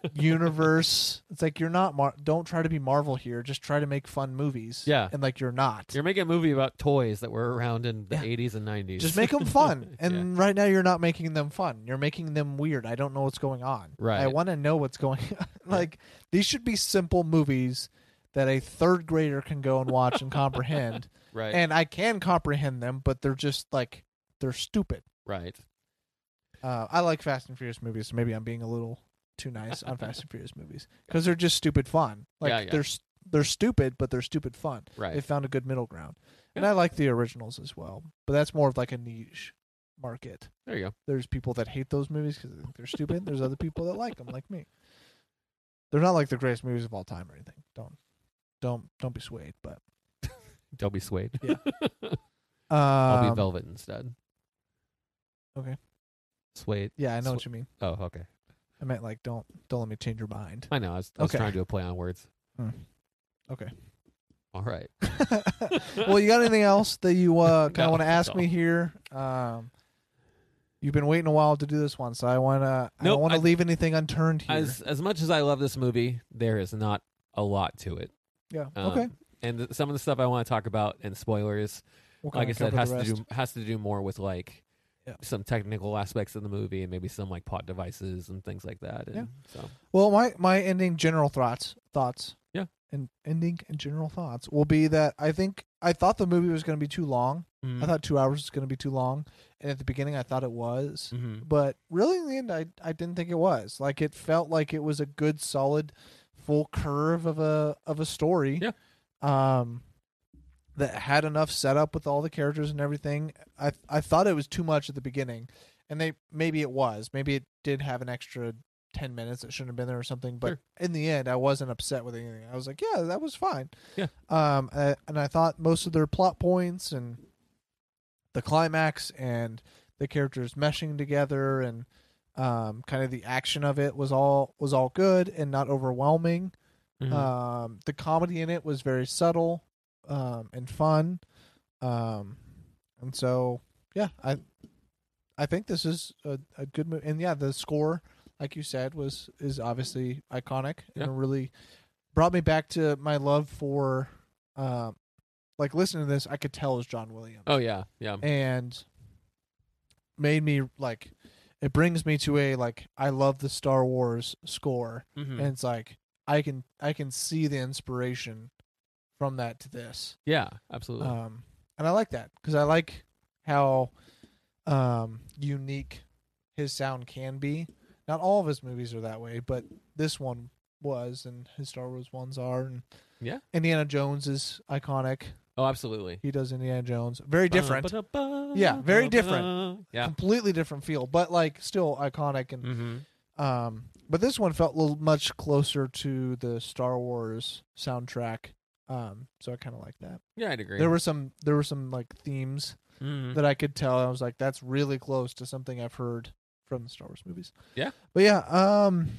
[laughs] universe. it's like you're not. Mar- don't try to be Marvel here. Just try to make fun movies. [laughs] Yeah. and like you're not. You're making a movie about toys that were around in the Yeah. 80s and 90s. [laughs] just make them fun. Yeah. And right now, you're not making them fun. You're making them weird. I don't know what's going on. I Right. want to know what's going [laughs] on. like, these should be simple movies that a third grader can go and watch and comprehend. [laughs] right. And I can comprehend them, but they're just like, they're stupid. right. Uh, I like Fast and Furious movies, so maybe I'm being a little too nice on [laughs] Fast and Furious movies because they're just stupid fun. Like, Yeah, yeah. they're. s- They're stupid, but they're stupid fun. Right. They found a good middle ground, and I like the originals as well. But that's more of like a niche market there you go. there's people that hate those movies because they think they're stupid. There's other people that like them, like me. They're not like the greatest movies of all time or anything. Don't, don't, don't be swayed. But Don't be swayed. Yeah. um, [laughs] I'll be Velvet instead. okay. Swayed. yeah, I know what you mean. Oh, okay. I meant like don't, don't let me change your mind. I know. I was, I was Okay. trying to do a play on words. Hmm. Okay. All right. [laughs] [laughs] well, you got anything else that you uh, kind of No, want to that's ask me here? Um, you've been waiting a while to do this one, so I wanna, I Nope, don't want I- to leave anything unturned here. As as much as I love this movie, there is not a lot to it. yeah. Um, okay. And th- some of the stuff I want to talk about and spoilers, We'll like I kinda cover said, the has to rest. do has to do more with like Yeah. some technical aspects of the movie and maybe some like plot devices and things like that. And so Well, my my ending general thoughts thoughts. Yeah. And ending and general thoughts will be that I think I thought the movie was going to be too long. Mm-hmm. I thought 2 hours was going to be too long, and at the beginning I thought it was. hmm But really in the end I I didn't think it was. Like it felt like it was a good solid full curve of a of a story. Yeah. Um that had enough setup with all the characters and everything. I I thought it was too much at the beginning. And they maybe it was. Maybe it did have an extra 10 minutes that shouldn't have been there or something but Sure. in the end i wasn't upset with anything i was like yeah that was fine Yeah. um uh, and i thought most of their plot points and the climax and the characters meshing together and um kind of the action of it was all was all good and not overwhelming Mhm. um the comedy in it was very subtle um and fun um and so yeah i i think this is a, a good movie and yeah the score like you said was is obviously iconic Yeah. and really brought me back to my love for um like listening to this i could tell it was john williams oh yeah, yeah. and made me like it brings me to a like i love the star wars score Mhm. and it's like i can i can see the inspiration from that to this yeah, absolutely. um and i like that because i like how um unique his sound can be not all of his movies are that way but this one was and his star wars ones are and Yeah. indiana jones is iconic oh, absolutely. he does indiana jones Uh, very different Ba-da-ba-da-ba, Yeah, very ba-da-ba-da. Yeah. completely different feel but like still iconic and Mm-hmm. Um, but this one felt a little much closer to the Star Wars soundtrack. Um, so I kind of like that. Yeah, I'd agree. There were some there were some like themes Mhm. that I could tell. I was like, that's really close to something I've heard from the Star Wars movies. Yeah. But yeah, um,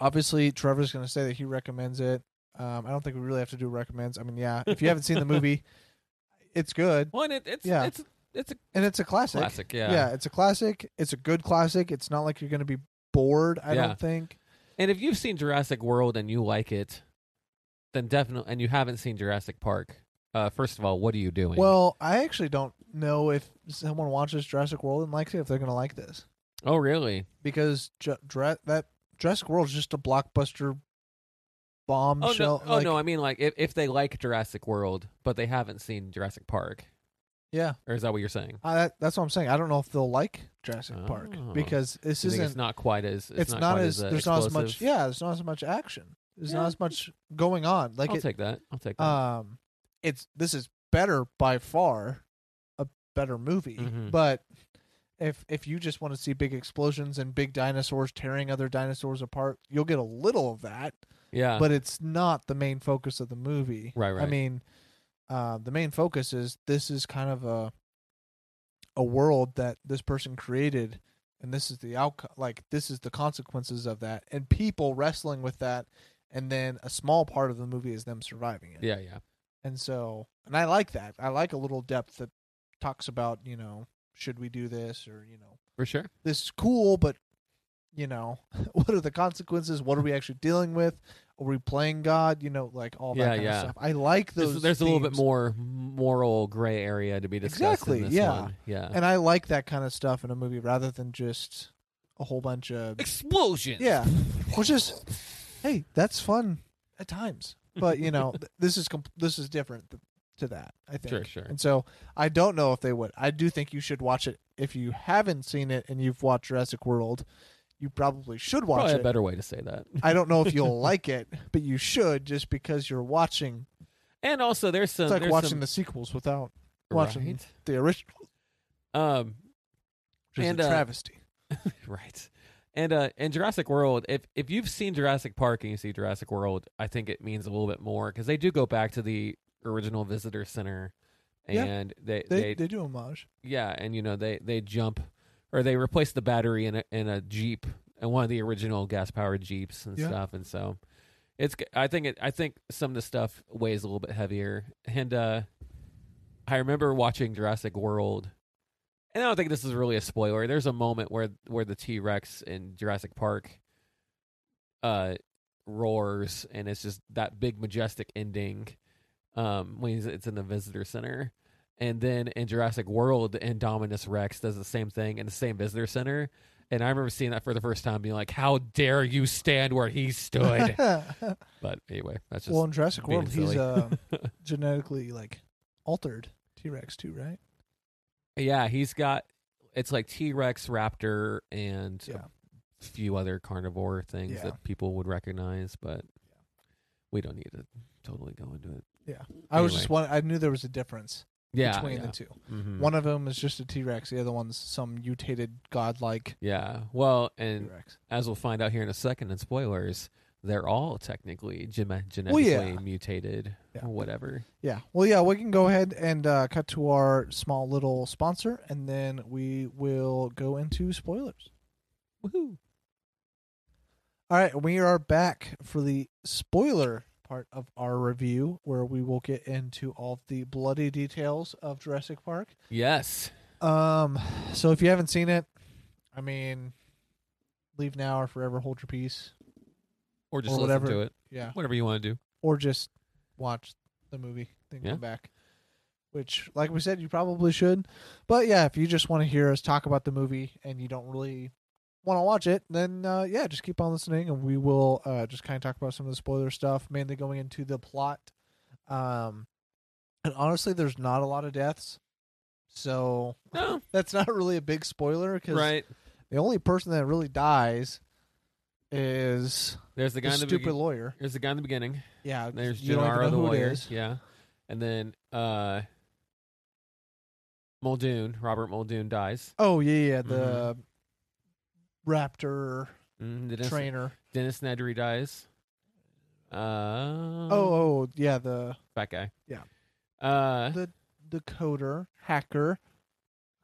obviously Trevor's gonna say that he recommends it. Um, I don't think we really have to do recommends. I mean, yeah, if you haven't seen the movie, [laughs] it's good Well, and it, it's Yeah. it's it's a and it's a classic. classic. Yeah. it's a classic. It's a good classic. It's not like you're gonna be bored. I Yeah. don't think. And if you've seen Jurassic World and you like it, then definitely, and you haven't seen Jurassic Park, uh, first of all, what are you doing? Well, I actually don't know if someone watches Jurassic World and likes it if they're going to like this oh really? because Ju- Dra- that Jurassic World is just a blockbuster Oh bombshell. no! Oh like- no! I mean, like if, if they like Jurassic World, but they haven't seen Jurassic Park, Yeah, or is that what you're saying? I, that, that's what I'm saying. I don't know if they'll like Jurassic Park Oh. because this You think isn't. it's not quite as. It's, it's not, quite as uh, there's not as much. explosive? Yeah, there's not as much action. There's Yeah. not as much going on. Like I'll it, take that. I'll take that. um, it's this is better by far, a better movie. Mhm. But if if you just want to see big explosions and big dinosaurs tearing other dinosaurs apart, you'll get a little of that. yeah. but it's not the main focus of the movie. Uh. Right, I right. mean, uh, the main focus is this is kind of a a world that this person created, and this is the outcome. Like this is the consequences of that, and people wrestling with that, and then a small part of the movie is them surviving it. yeah. Yeah. And so, and I like that. I like a little depth that talks about you know should we do this or you know For sure. this is cool, but you know, [laughs] what are the consequences? What are we actually dealing with? Are we playing God? You know, like all that Yeah, kind yeah. of stuff. I like There's- those. there's a little bit themes, more moral gray area to be discussed. Exactly, In this yeah. One. Yeah. and I like that kind of stuff in a movie rather than just a whole bunch of Explosions. [laughs] yeah, which is hey, that's fun at times, but you [laughs] know, th- this is comp- this is different th- to that. I think. Sure, sure. And so I don't know if they would. I do think you should watch it if you haven't seen it and you've watched Jurassic World. You probably should watch Probably it. a better way to say that. I don't [laughs] know if you'll like it, but you should just because you're watching. And also, there's some. It's like there's watching some, the sequels without watching the original, Right? Um. which is And, a uh, travesty. Right. And uh in Jurassic World, if if you've seen Jurassic Park and you see Jurassic World, I think it means a little bit more because they do go back to the original visitor center, Yeah. and they, They, they they do homage. yeah, and you know they they jump or they replace the battery in a in a jeep and one of the original gas powered jeeps and Yeah. stuff, and so it's g- I think it I think some of the stuff weighs a little bit heavier, and uh I remember watching Jurassic World, and I don't think this is really a spoiler. There's a moment where where the T Rex in Jurassic Park uh roars, and it's just that big majestic ending um when he's, it's in the visitor center. And then in Jurassic World, Indominus Rex does the same thing in the same visitor center. And I remember seeing that for the first time, being like, "How dare you stand where [laughs] he stood?" well, but anyway, that's just in Jurassic being World, he's silly. [laughs] uh, genetically like altered T Rex too, right? yeah. He's got it's like T Rex, Raptor, and Yeah. a few other carnivore things Yeah. that people would recognize, but we don't need to totally go into it. I was Anyway. just one. I knew there was a difference Yeah, between yeah. the 2 Mhm. One of them is just a T Rex. The other one's some mutated godlike Yeah. Well, T and Rex. as we'll find out here in a second in spoilers, they're all technically gene- genetically yeah. mutated Yeah. or whatever. Yeah. Well, yeah, we can go ahead and uh, cut to our small little sponsor, and then we will go into spoilers. Woohoo. All right, we are back for the spoiler part of our review, where we will get into all of the bloody details of Jurassic Park. Yes. Um, so if you haven't seen it, I mean, leave now or forever hold your peace. Or just Or listen whatever. to it. Yeah, Whatever you want to do. or just watch the movie, then Yeah. come back. Which, like we said, you probably should. But yeah, if you just want to hear us talk about the movie and you don't really want to watch it, then uh, yeah, just keep on listening, and we will uh, just kind of talk about some of the spoiler stuff, mainly going into the plot. Um, and honestly, there's not a lot of deaths, so No. that's not [laughs] really a big spoiler because Right. the only person that really dies is There's the the, guy in the stupid beginning. lawyer. There's the guy in the beginning. Yeah, There's you don't even Gennaro know the who it lawyer. is. Yeah. And then uh Muldoon, Robert Muldoon dies. Oh yeah, yeah, the Mm-hmm. raptor Mm, Dennis, trainer. Dennis Nedry dies. Uh, Oh, oh yeah, the fat guy. yeah. Uh, the coder hacker.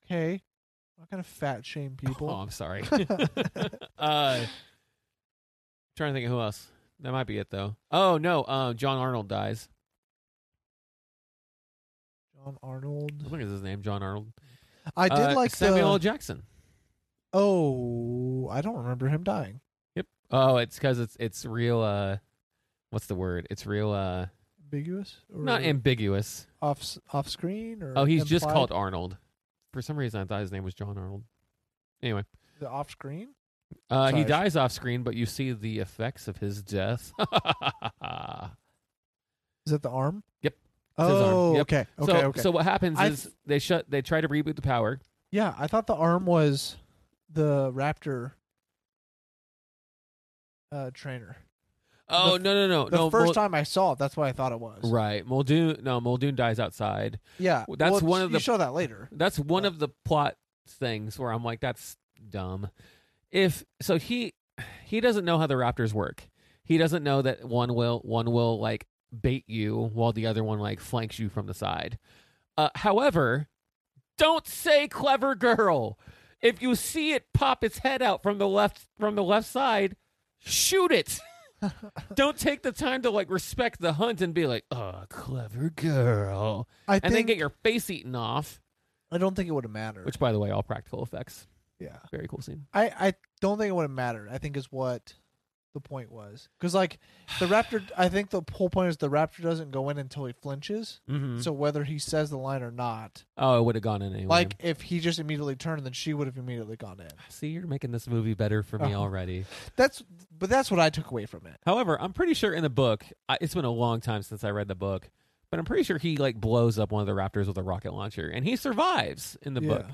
Okay, not gonna fat shame Oh, people. [laughs] I'm sorry. [laughs] uh, trying to think of who else. That might be it though. Oh no, um, John Arnold dies. John Arnold. I think it's his name, John Arnold. I did Uh, like Samuel L. the. Jackson. Oh, I don't remember him dying. Oh, it's because it's it's real. Uh, what's the word? It's real. Uh, Ambiguous. Or not ambiguous. off s- off screen or. Oh, he's just implied? called Arnold. For some reason, I thought his name was John Arnold. Anyway, the off screen. Uh, he Sorry. dies off screen, but you see the effects of his death. [laughs] Is that the arm? Yep. It's his arm. Oh, Yep. okay. Okay. so, okay. so what happens I- is they shut. They try to reboot the power. yeah, I thought the arm was the raptor uh, trainer. Oh f- no no no The no! first Mul- time I saw it, that's what I thought it was. right? Muldoon no Muldoon dies outside. Yeah. Well, well, that's one of you the- show that later. That's one Right. of the plot things where I'm like, that's dumb. If so, he he doesn't know how the Raptors work. He doesn't know that one will one will like bait you while the other one like flanks you from the side. Uh, however, don't say clever girl. If you see it pop its head out from the left from the left side, [laughs] shoot it. don't take the time to like respect the hunt and be like, "Oh, clever girl," I and then think get your face eaten off. I don't think it would have mattered. Which, by the way, all practical effects. yeah. Very cool scene. I, I don't think it would have mattered. I think is what the point was. Because like the raptor, I think the whole point is the raptor doesn't go in until he flinches. Mm-hmm. So whether he says the line or not, oh, it would have gone in anyway. like if he just immediately turned, then she would have immediately gone in. see, you're making this movie better for me Oh. already. That's but that's what I took away from it. However, I'm pretty sure in the book, I, it's been a long time since I read the book, but I'm pretty sure he like blows up one of the raptors with a rocket launcher, and he survives in the book.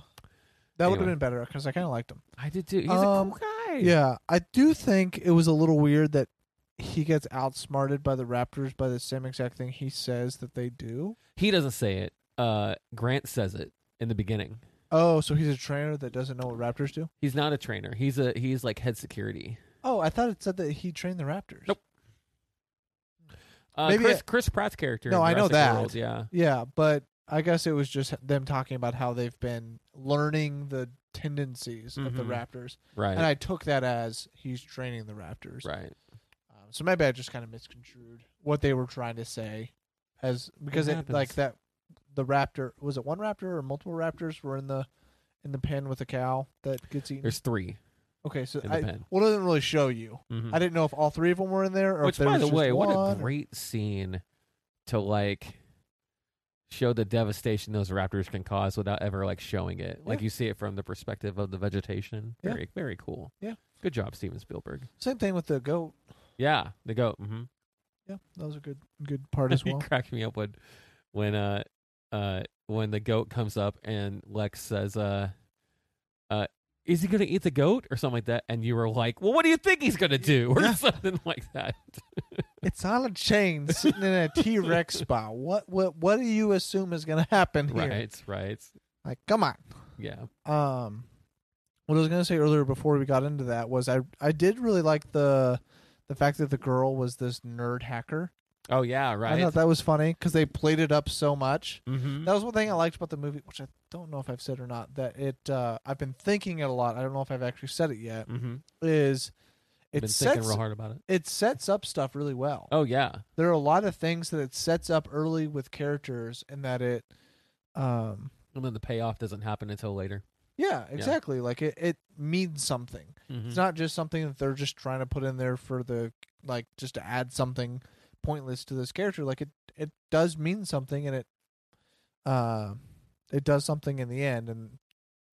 That would have Anyway. been better because I kind of liked him. I did too. He's Um, a cool guy. Yeah, I do think it was a little weird that he gets outsmarted by the Raptors by the same exact thing he says that they do. He doesn't say it. Uh, Grant says it in the beginning. Oh, so he's a trainer that doesn't know what Raptors do. He's not a trainer. He's a he's like head security. Oh, I thought it said that he trained the Raptors. Nope. Uh, Maybe Chris, I- Chris Pratt's character. No, in I know Jurassic that. World, yeah. Yeah, but I guess it was just them talking about how they've been learning the tendencies of the Mhm. Raptors, Right. and I took that as he's training the Raptors. right. Um, so maybe I just kind of misconstrued what they were trying to say, as because It it, like happens. that the raptor was it one raptor or multiple raptors were in the in the pen with the cow that gets eaten. There's three. okay, so in the I, pen. well, it doesn't really show you. Mhm. I didn't know if all three of them were in there or Which, if there by was the just way, one. what a great scene to like show the devastation those raptors can cause without ever like showing it. Like Yeah. you see it from the perspective of the vegetation. Yeah. Very, very cool. Yeah. Good job, Steven Spielberg. Same thing with the goat. Yeah, the goat. hmm Yeah, that was a good good part [laughs] as he well. cracked me up when, when uh, uh, when the goat comes up and Lex says, uh, uh. Is he gonna eat the goat or something like that? And you were like, "Well, what do you think he's gonna do?" [laughs] or Yeah. something like that. it's on a chain sitting [laughs] in a T Rex spot. What what what do you assume is going to happen here? Right, right. Like, come on. Yeah. um what I was gonna say earlier before we got into that was I I did really like the the fact that the girl was this nerd hacker. Oh yeah, right. I thought that was funny because they played it up so much. mm-hmm. That was one thing I liked about the movie, which I don't know if I've said or not. That it uh, I've been thinking it a lot. I don't know if I've actually said it yet. mm-hmm. Is Been it thinking sets real hard about it. it sets up stuff really well. Oh yeah, There are a lot of things that it sets up early with characters, and that it um and then the payoff doesn't happen until later. yeah exactly like it it means something. Hmm. It's not just something that they're just trying to put in there for the like just to add something pointless to this character. Like it it does mean something and it uh it does something in the end and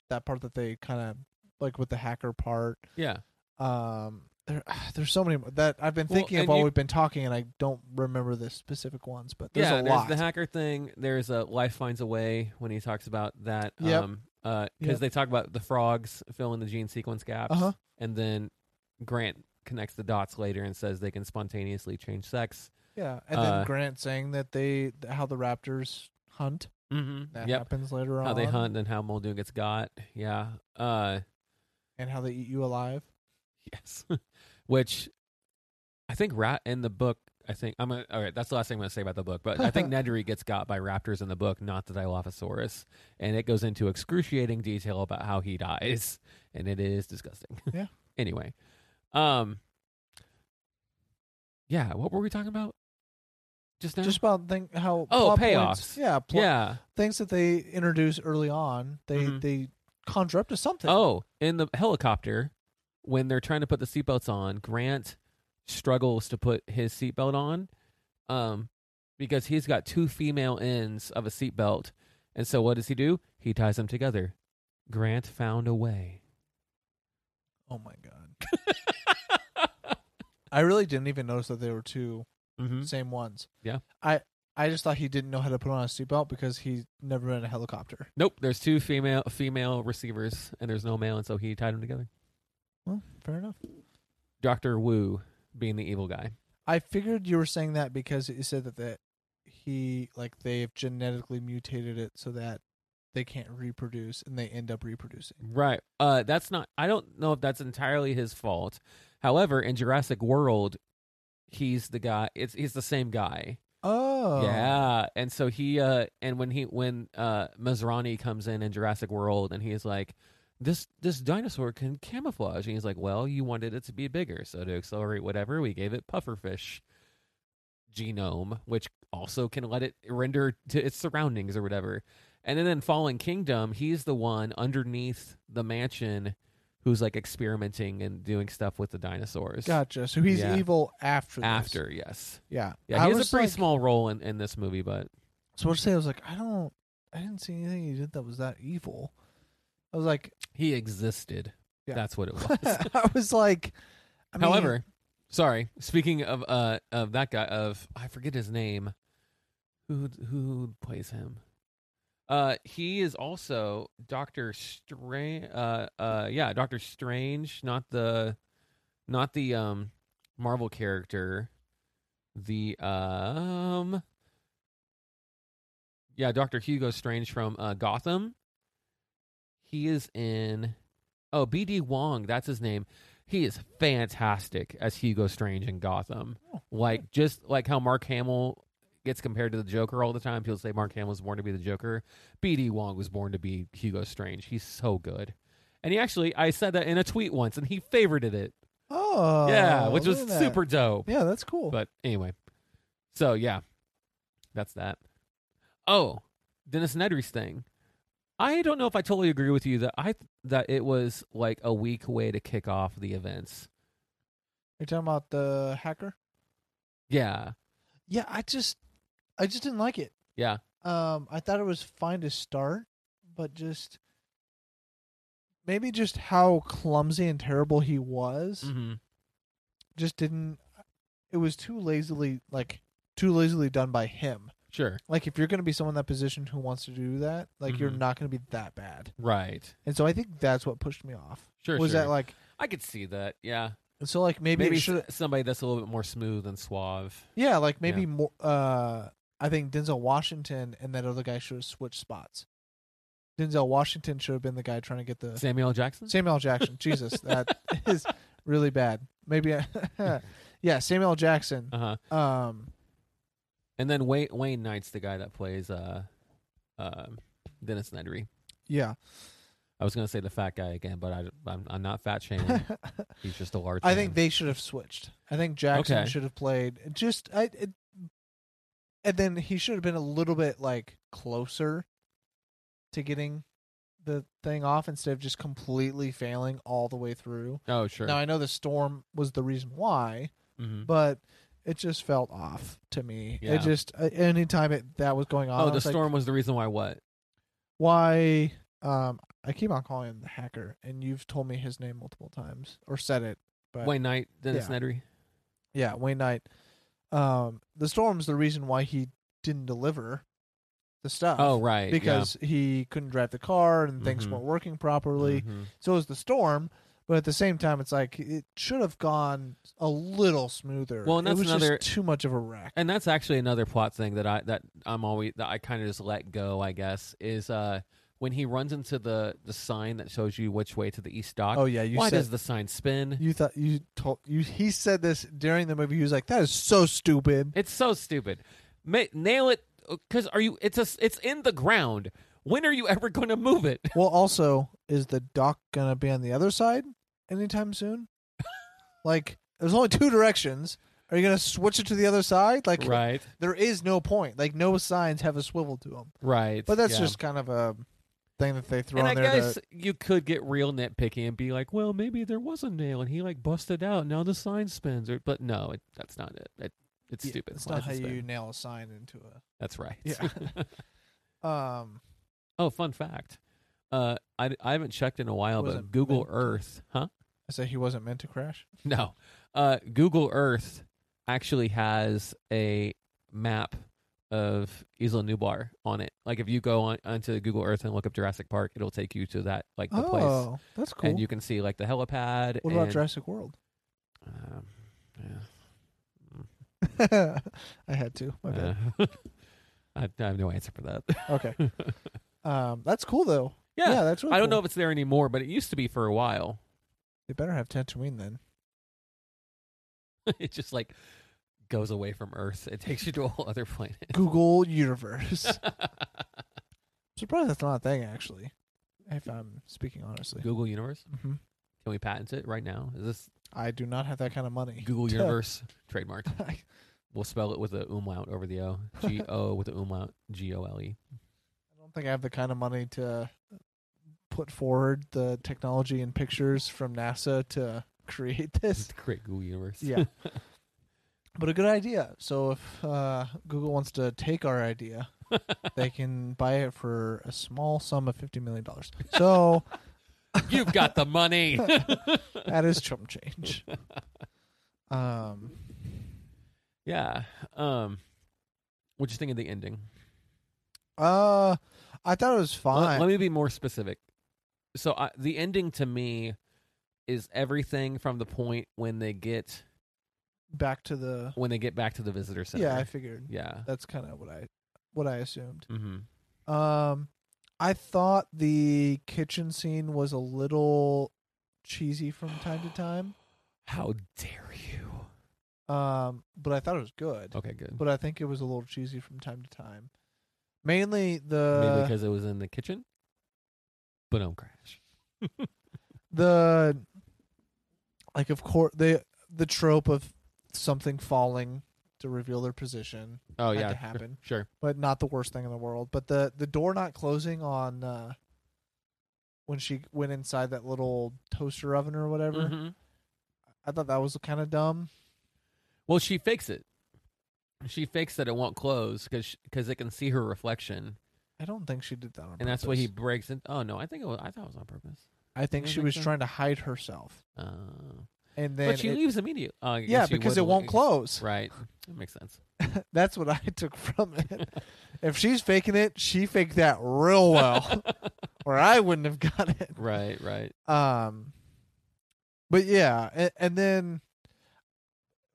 that part that they kind of like with the hacker part. yeah, Um there [sighs] there's so many that I've been Well, thinking of and while you- we've been talking and I don't remember the specific ones, but there's yeah. a there's lot. the hacker thing. There's a life finds a way when he talks about that. Yep. Um, because Yep. they talk about the frogs filling the gene sequence gaps, Uh-huh. and then Grant connects the dots later and says they can spontaneously change sex. yeah, and then uh, Grant saying that they how the raptors hunt. Mm-hmm. That Yep. happens later on. How they hunt and how Muldoon gets got. Yeah. Uh. and how they eat you alive. Yes. [laughs] Which I think rat in the book. I think I'm gonna, all right. That's the last thing I'm going to say about the book. But [laughs] I think Nedry gets got by raptors in the book, not the Dilophosaurus, and it goes into excruciating detail about how he dies, and it is disgusting. [laughs] Yeah. anyway, um, yeah. What were we talking about? Just now. just about think how Oh, plot points- payoffs. yeah, plot, yeah. things that they introduce early on, they Mhm. they conjure up to something. Oh, in the helicopter, when they're trying to put the seatbelts on, Grant struggles to put his seatbelt on um, because he's got two female ends of a seatbelt. And so what does he do? He ties them together. Grant found a way. oh my god! [laughs] I really didn't even notice that they were two Mm-hmm. same ones. Yeah. I I just thought he didn't know how to put on a seatbelt because he's never been in a helicopter. Nope, there's two female female receivers, and there's no male, and so he tied them together. Well, fair enough. Doctor Wu being the evil guy. I figured you were saying that because you said that that he like they've genetically mutated it so that they can't reproduce and they end up reproducing. Right. Uh, that's not. I don't know if that's entirely his fault. However, in Jurassic World, he's the guy. It's he's the same guy. Oh. Yeah. And so he uh and when he when uh Masrani comes in in Jurassic World and he's like this this dinosaur can camouflage and he's like, "Well, you wanted it to be bigger, so to accelerate whatever, we gave it pufferfish genome, which also can let it render to its surroundings or whatever." And then in Fallen Kingdom, he's the one underneath the mansion who's like experimenting and doing stuff with the dinosaurs. Gotcha. So he's Yeah. evil after this. After, yes. Yeah. Yeah, he I has was a pretty like- small role in, in this movie, but So what I say I was like, I don't I didn't see anything he did that was that evil. I was like [laughs] He existed. Yeah. That's [laughs] what it was. I was like I mean, However, sorry. Speaking of uh of that guy of I forget his name. Who who plays him? Uh he is also Doctor Strange uh uh yeah, Doctor Strange, not the not the um Marvel character. The um Yeah, Doctor Hugo Strange from uh Gotham. He is in Oh, BD Wong, that's his name. He is fantastic as Hugo Strange in Gotham. Oh, Like just like how Mark Hamill gets compared to the Joker all the time. People say Mark Hamill was born to be the Joker. BD Wong was born to be Hugo Strange. He's so good. And he actually I said that in a tweet once and he favorited it. Oh yeah, which was look at that. super dope. Yeah, that's cool. But anyway. So yeah. That's that. Oh, Dennis Nedry's thing. I don't know if I totally agree with you that I that it was like a weak way to kick off the events. You're talking about the hacker? Yeah. Yeah, I just I just didn't like it. Yeah. Um I thought it was fine to start, but just maybe just how clumsy and terrible he was Mm-hmm. just didn't it was too lazily like too lazily done by him. Sure. Like if you're going to be someone in that position who wants to do that, like you're Mhm. not going to be that bad. Right. And so I think that's what pushed me off. Sure. was sure. that like I could see that. Yeah. and so like maybe, Maybe, it s- should somebody that's a little bit more smooth and suave. yeah, like maybe Yeah. more uh I think Denzel Washington and that other guy should have switched spots. Denzel Washington should have been the guy trying to get [laughs] the Samuel L. Jackson. Samuel L. Jackson. Jesus, that [laughs] is really bad. Maybe [laughs] I, yeah, Samuel L. Jackson. Uh huh. Um And then Wayne Wayne Knight's the guy that plays uh, uh, Dennis Nedry. yeah. I was gonna say the fat guy again, but I, I'm, I'm not [laughs] fat shaming. He's just a large. I think man. they should have switched. I think Jackson Okay. should have played just I it, and then he should have been a little bit like closer to getting the thing off instead of just completely failing all the way through. Oh sure. Now I know the storm was the reason why, mm-hmm. but it just felt off to me. Yeah. It just uh, anytime it that was going on, Oh, I the was like, storm was the reason why. What? why um I keep on calling him the hacker and you've told me his name multiple times or said it. But Wayne Knight, Dennis Yeah. Nedry. Yeah, Wayne Knight. Um, the storm's the reason why he didn't deliver the stuff. Oh right. because he couldn't drive the car and things Mhm. weren't working properly. really. So it was the storm, but at the same time, it's like it should have gone a little smoother. Well, and it that's was another- just too much of a wreck. and that's actually another plot thing that I that I'm always that I kind of just let go. I guess is uh when he runs into the the sign that shows you which way to the east dock. oh yeah, you why said does the sign spin? you thought you told you. He said this during the movie. He was like, "That is so stupid." It's so stupid. Ma- nail it, because are you? It's a s- it's in the ground. When are you ever going to move [laughs] it? Well, also, is the dock gonna be on the other side anytime [laughs] soon? like, there's only two directions. Are you gonna switch it to the other side? Like, right, there is no point. Like, no signs have a swivel to them. right. But that's yeah. just kind of a thing that they throw And I in there. to- guess you could get real nitpicky and be like, well, maybe there was a nail and he like busted out. Now the sign spins, or but no, it, that's not it. it it's Yeah, stupid. That's Why not how does it spin? you nail a sign into a. That's right. [laughs] Yeah. Um, Oh, fun fact. Uh, I, I haven't checked in a while, Was but it Google meant to? Earth, huh? [laughs] I say he wasn't meant to crash. No. Uh, Google Earth actually has a map of Isla Nublar on it. Like if you go on onto Google Earth and look up Jurassic Park, it'll take you to that like the place, oh, that's cool. and you can see like the helipad. what about and, Jurassic World? [laughs] Um, yeah, I had to. My bad. uh, [laughs] I, I have no answer for that. [laughs] Okay. Um, that's cool though. Uh. yeah, that's really I don't know cool. if it's there anymore, but it used to be for a while. They better have Tatooine then. [laughs] it just like goes away from Earth. It takes you to a whole [laughs] other planet. Google Universe. [laughs] Surprised that's not a thing actually. If I'm speaking honestly. Google Universe. hmm Can we patent it right now? Is this I do not have that kind of money. Google Universe trademarked? [laughs] I- We'll spell it with a umlaut over the O. G O with the umlaut. G O [laughs] L E. I don't think I have the kind of money to put forward the technology and pictures from NASA to create [laughs] this. Just create Google Universe. Yeah. but a good idea. So if uh, Google wants to take our idea, they can buy it for a small sum of $50 million. So [laughs] You've got [laughs] the money. [laughs] that is chump change. Um, yeah. Um. What'd you think of the ending? uh, I thought it was Let- fine. Let, me be more specific. So I, the ending to me is everything from the point when they get Back to the. when they get back to the visitor center. Yeah, I figured. yeah. That's kind of what I what I assumed. Mm-hmm. Um, I thought the kitchen scene was a little cheesy from time [sighs] to time. How dare you? Um, but I thought it was good. Okay, good. But I think it was a little cheesy from time to time. Mainly Maybe the because it was in the kitchen. But don't crash. the like of course the the trope of something falling to reveal their position, Oh Had yeah, to sure, happen. Sure. but not the worst thing in the world. But the the door not closing on uh when she went inside that little toaster oven or whatever. Mhm. I thought that was kind of dumb. Well, she fakes it. She fakes that it won't close because because it can see her reflection, I don't think she did that on and that's why purpose. he breaks it. Oh no, I think it was, I thought it was on purpose. I think You she think was so? trying to hide herself, Uh, and then but she it- leaves immediately. Oh, [laughs] I yeah, guess you because would it won't [laughs] leave. close. Right, that makes sense. That's what I [laughs] took from it. if she's faking it, she faked that real [laughs] well, or I wouldn't have got it. Right, right. Um, but yeah, and, and then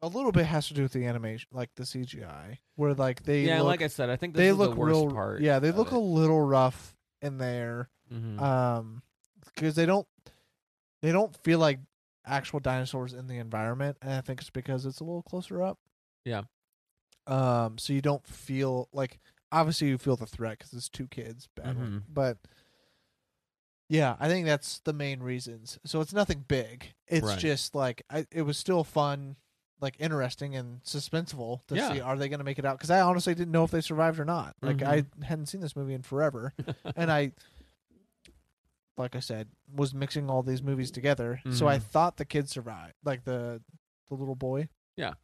a little bit has to do with the animation, like the CGI, where like they yeah, look, like I said, I think this they is look the worst real. part. yeah, they of look it. a little rough in there. Mhm. um because they don't they don't feel like actual dinosaurs in the environment and i think it's because it's a little closer up Yeah. um so you don't feel like obviously you feel the threat because it's two kids battling Mhm. but yeah i think that's the main reasons so it's nothing big it's Right. just like I, it was still fun like interesting and suspenseful to Yeah. see are they going to make it out because i honestly didn't know if they survived or not like Mhm. i hadn't seen this movie in forever and I, like I said, was mixing all these movies together. So I Mhm. thought the kid survived, like the the little boy. Yeah. Mm-hmm.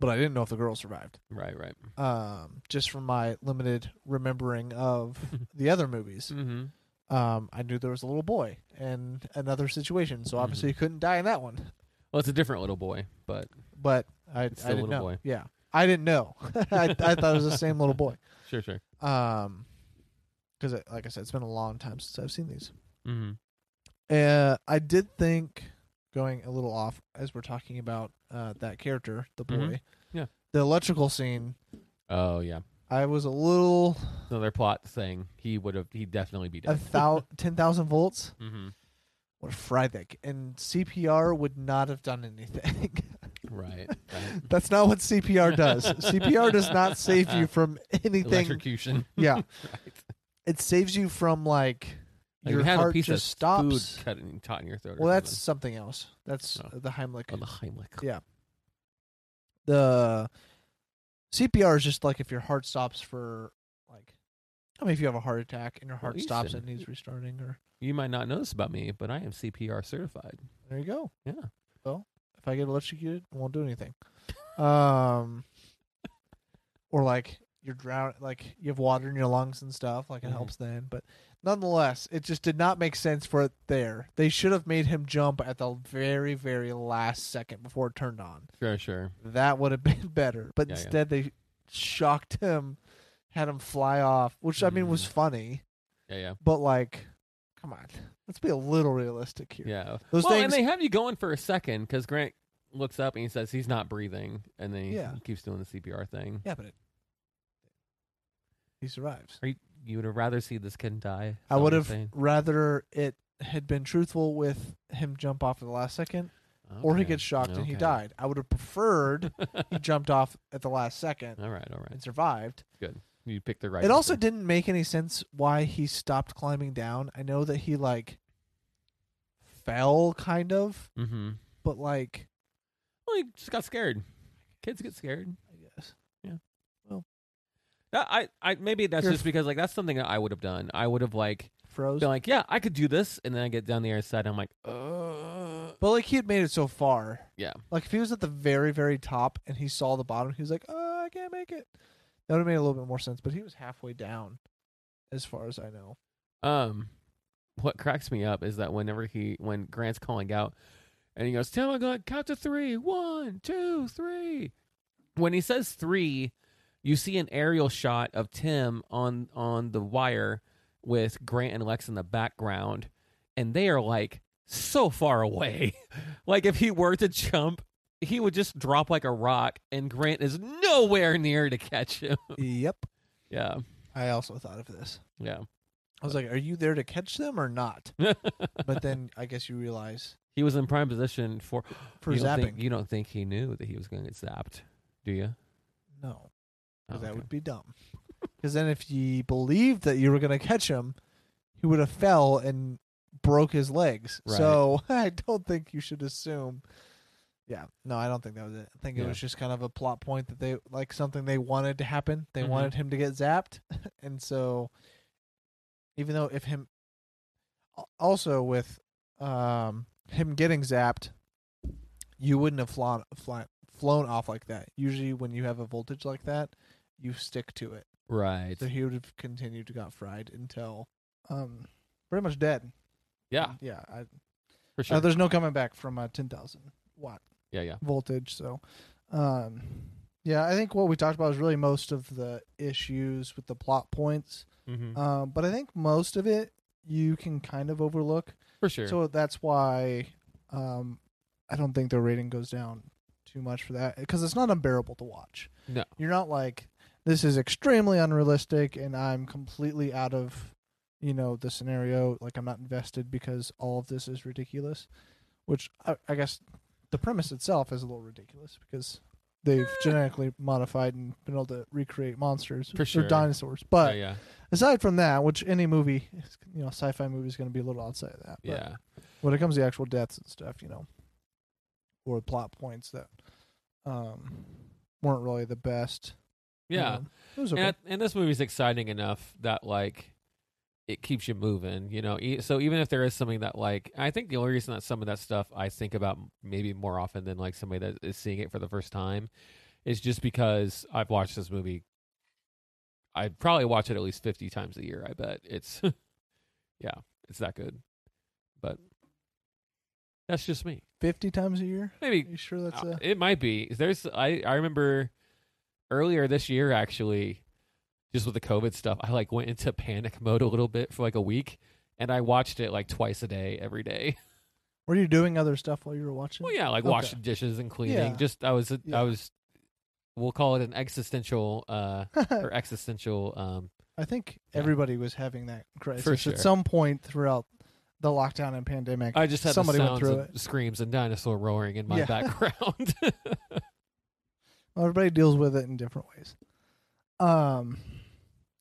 but I didn't know if the girl survived. [laughs] right, right. [laughs] Um, just from my limited remembering [laughs] of the other movies, hmm um, I knew there was a little boy and another situation. So obviously Mhm. he couldn't die in that one. Well, it's a different little boy, but But I, I It's the didn't little know. boy. Yeah, I didn't know. [laughs] I, I thought it was the same little boy. sure, sure. Um, because like I said, it's been a long time since I've seen these. Mm-hmm. Uh, I did think going a little off as we're talking about uh, that character, the boy. Mhm. Yeah. The electrical scene, Oh yeah, I was a little another plot thing. He would have. He definitely be a dead. [laughs] thou- ten thousand volts hmm would have fried that, ki- and CPR would not have done anything. [laughs] Right, right. That's not what CPR [laughs] does. CPR does not save you from anything. Electrocution. Yeah, [laughs] Right. it saves you from like Like, your you have heart a piece just of stops. food cut and caught in your throat. Well, or that's something. something else. That's Oh. uh, the Heimlich. on the Heimlich. Yeah. the CPR is just like if your heart stops for like I mean if you have a heart attack and your heart Well, stops Ethan. it needs restarting or You might not know this about me, but I am CPR certified. there you go. Yeah. If I get electrocuted, it won't do anything. Um or like you're drowning, like you have water in your lungs and stuff. Like it Mhm. helps then, but nonetheless, it just did not make sense for it there. They should have made him jump at the very, very last second before it turned on. Sure, sure. That would have [laughs] been better. But Yeah, yeah. instead, they shocked him, had him fly off, which I mean was Mm. funny, Yeah, yeah. but like, come on, let's be a little realistic here. Yeah. Those well, things- and they have you going for a second because Grant looks up and he says he's not breathing, and then he, Yeah. he keeps doing the CPR thing. Yeah, but it, he survives. Are you, you would have rather see this kid die? Is I that what would you're have saying? rather it had been truthful with him jump off at the last second, or he Okay. gets shocked and he Okay. [laughs] died. I would have preferred he jumped off at the last second [laughs] All right, all right. and survived. You picked the right. It also answer. didn't make any sense why he stopped climbing down. I know that he like fell kind of, Mm-hmm. but like Well, he just got scared. Kids get scared. I guess That- I, I maybe that's You're just because like that's something that I would have done. I would have like froze. been like, yeah, I could do this, and then I get down the other side. And I'm like, uh, But like he had made it so far. Yeah. Like if he was at the very, very top and he saw the bottom, he was like, "Oh, I can't make it." That would have made a little bit more sense. But he was halfway down, as far as I [laughs] know. Um, what cracks me up is that whenever he, when Grant's calling out, and he goes, "Tell me, God, count to three, one, two, three. When he says three, you see an aerial shot of Tim on on the wire with Grant and Lex in the background, and they are like so far away. [laughs] like if he were to jump, he would just drop like a rock, and Grant is nowhere near to catch him. [laughs] yep. yeah, I also thought of this. yeah. I was like, "Are you there to catch them or [laughs] not?" but then I guess you realize He was in prime position for for you don't zapping, Think, you don't think he knew that he was going to get zapped, do you? no, Oh, 'cause that okay. would be dumb. [laughs] Because then if he believed that you were gonna catch him, he would have fell and broke his legs. Right. So [laughs] I don't think you should assume. Yeah, no, I don't think that was it. I think it Yeah. was just kind of a plot point that they like something they wanted to happen. They Mhm. wanted him to get zapped, [laughs] and so even though if him al- also with um him getting zapped, you wouldn't have flown fly, flown off like that. Usually, when you have a voltage like that, you stick to it. right. So he would have continued to got fried until um pretty much dead. Yeah, Yeah, I, for sure. uh, there's no coming back from uh, 10,000 watt yeah, yeah. voltage. So, um, yeah, I think what we talked about is really most of the issues with the plot points. Mm-hmm. Um, but I think most of it you can kind of overlook. for sure. So that's why um, I don't think the rating goes down too much for that because it's not unbearable to watch. No. you're not like this is extremely unrealistic and I'm completely out of you know the scenario. Like I'm not invested because all of this is ridiculous. Which I, I guess the premise itself is a little ridiculous because they've Eh. genetically modified and been able to recreate monsters For sure. or dinosaurs. But yeah, yeah, aside from that, which any movie, you know, sci-fi movie is going to be a little outside of that. But yeah. when it comes to actual deaths and stuff, you know, or plot points that um weren't really the best. Yeah. um, it was okay. And, and this movie's exciting enough that like it keeps you moving, you know. E- So even if there is something that like I think the only reason that some of that stuff I think about maybe more often than like somebody that is seeing it for the first time is just because I've watched this movie. I probably watch it at least fifty times a year. I bet it's, [laughs] yeah, it's that good. But that's just me. Fifty times a year. Maybe Are you sure that's uh, a? it might be there's i i remember earlier this year actually just with the covid stuff i like went into panic mode a little bit for like a week and i watched it like twice a day every day [laughs] Were you doing other stuff while you were watching? [laughs] well yeah like Okay. washing dishes and cleaning Yeah. just i was Yeah. i was we'll call it an existential uh or existential um I think Yeah. everybody was having that crisis sure. at some point throughout the lockdown and pandemic. i just had somebody the went sounds through of screams and dinosaur roaring in my Yeah. [laughs] background [laughs] Well, everybody deals with it in different ways. Um,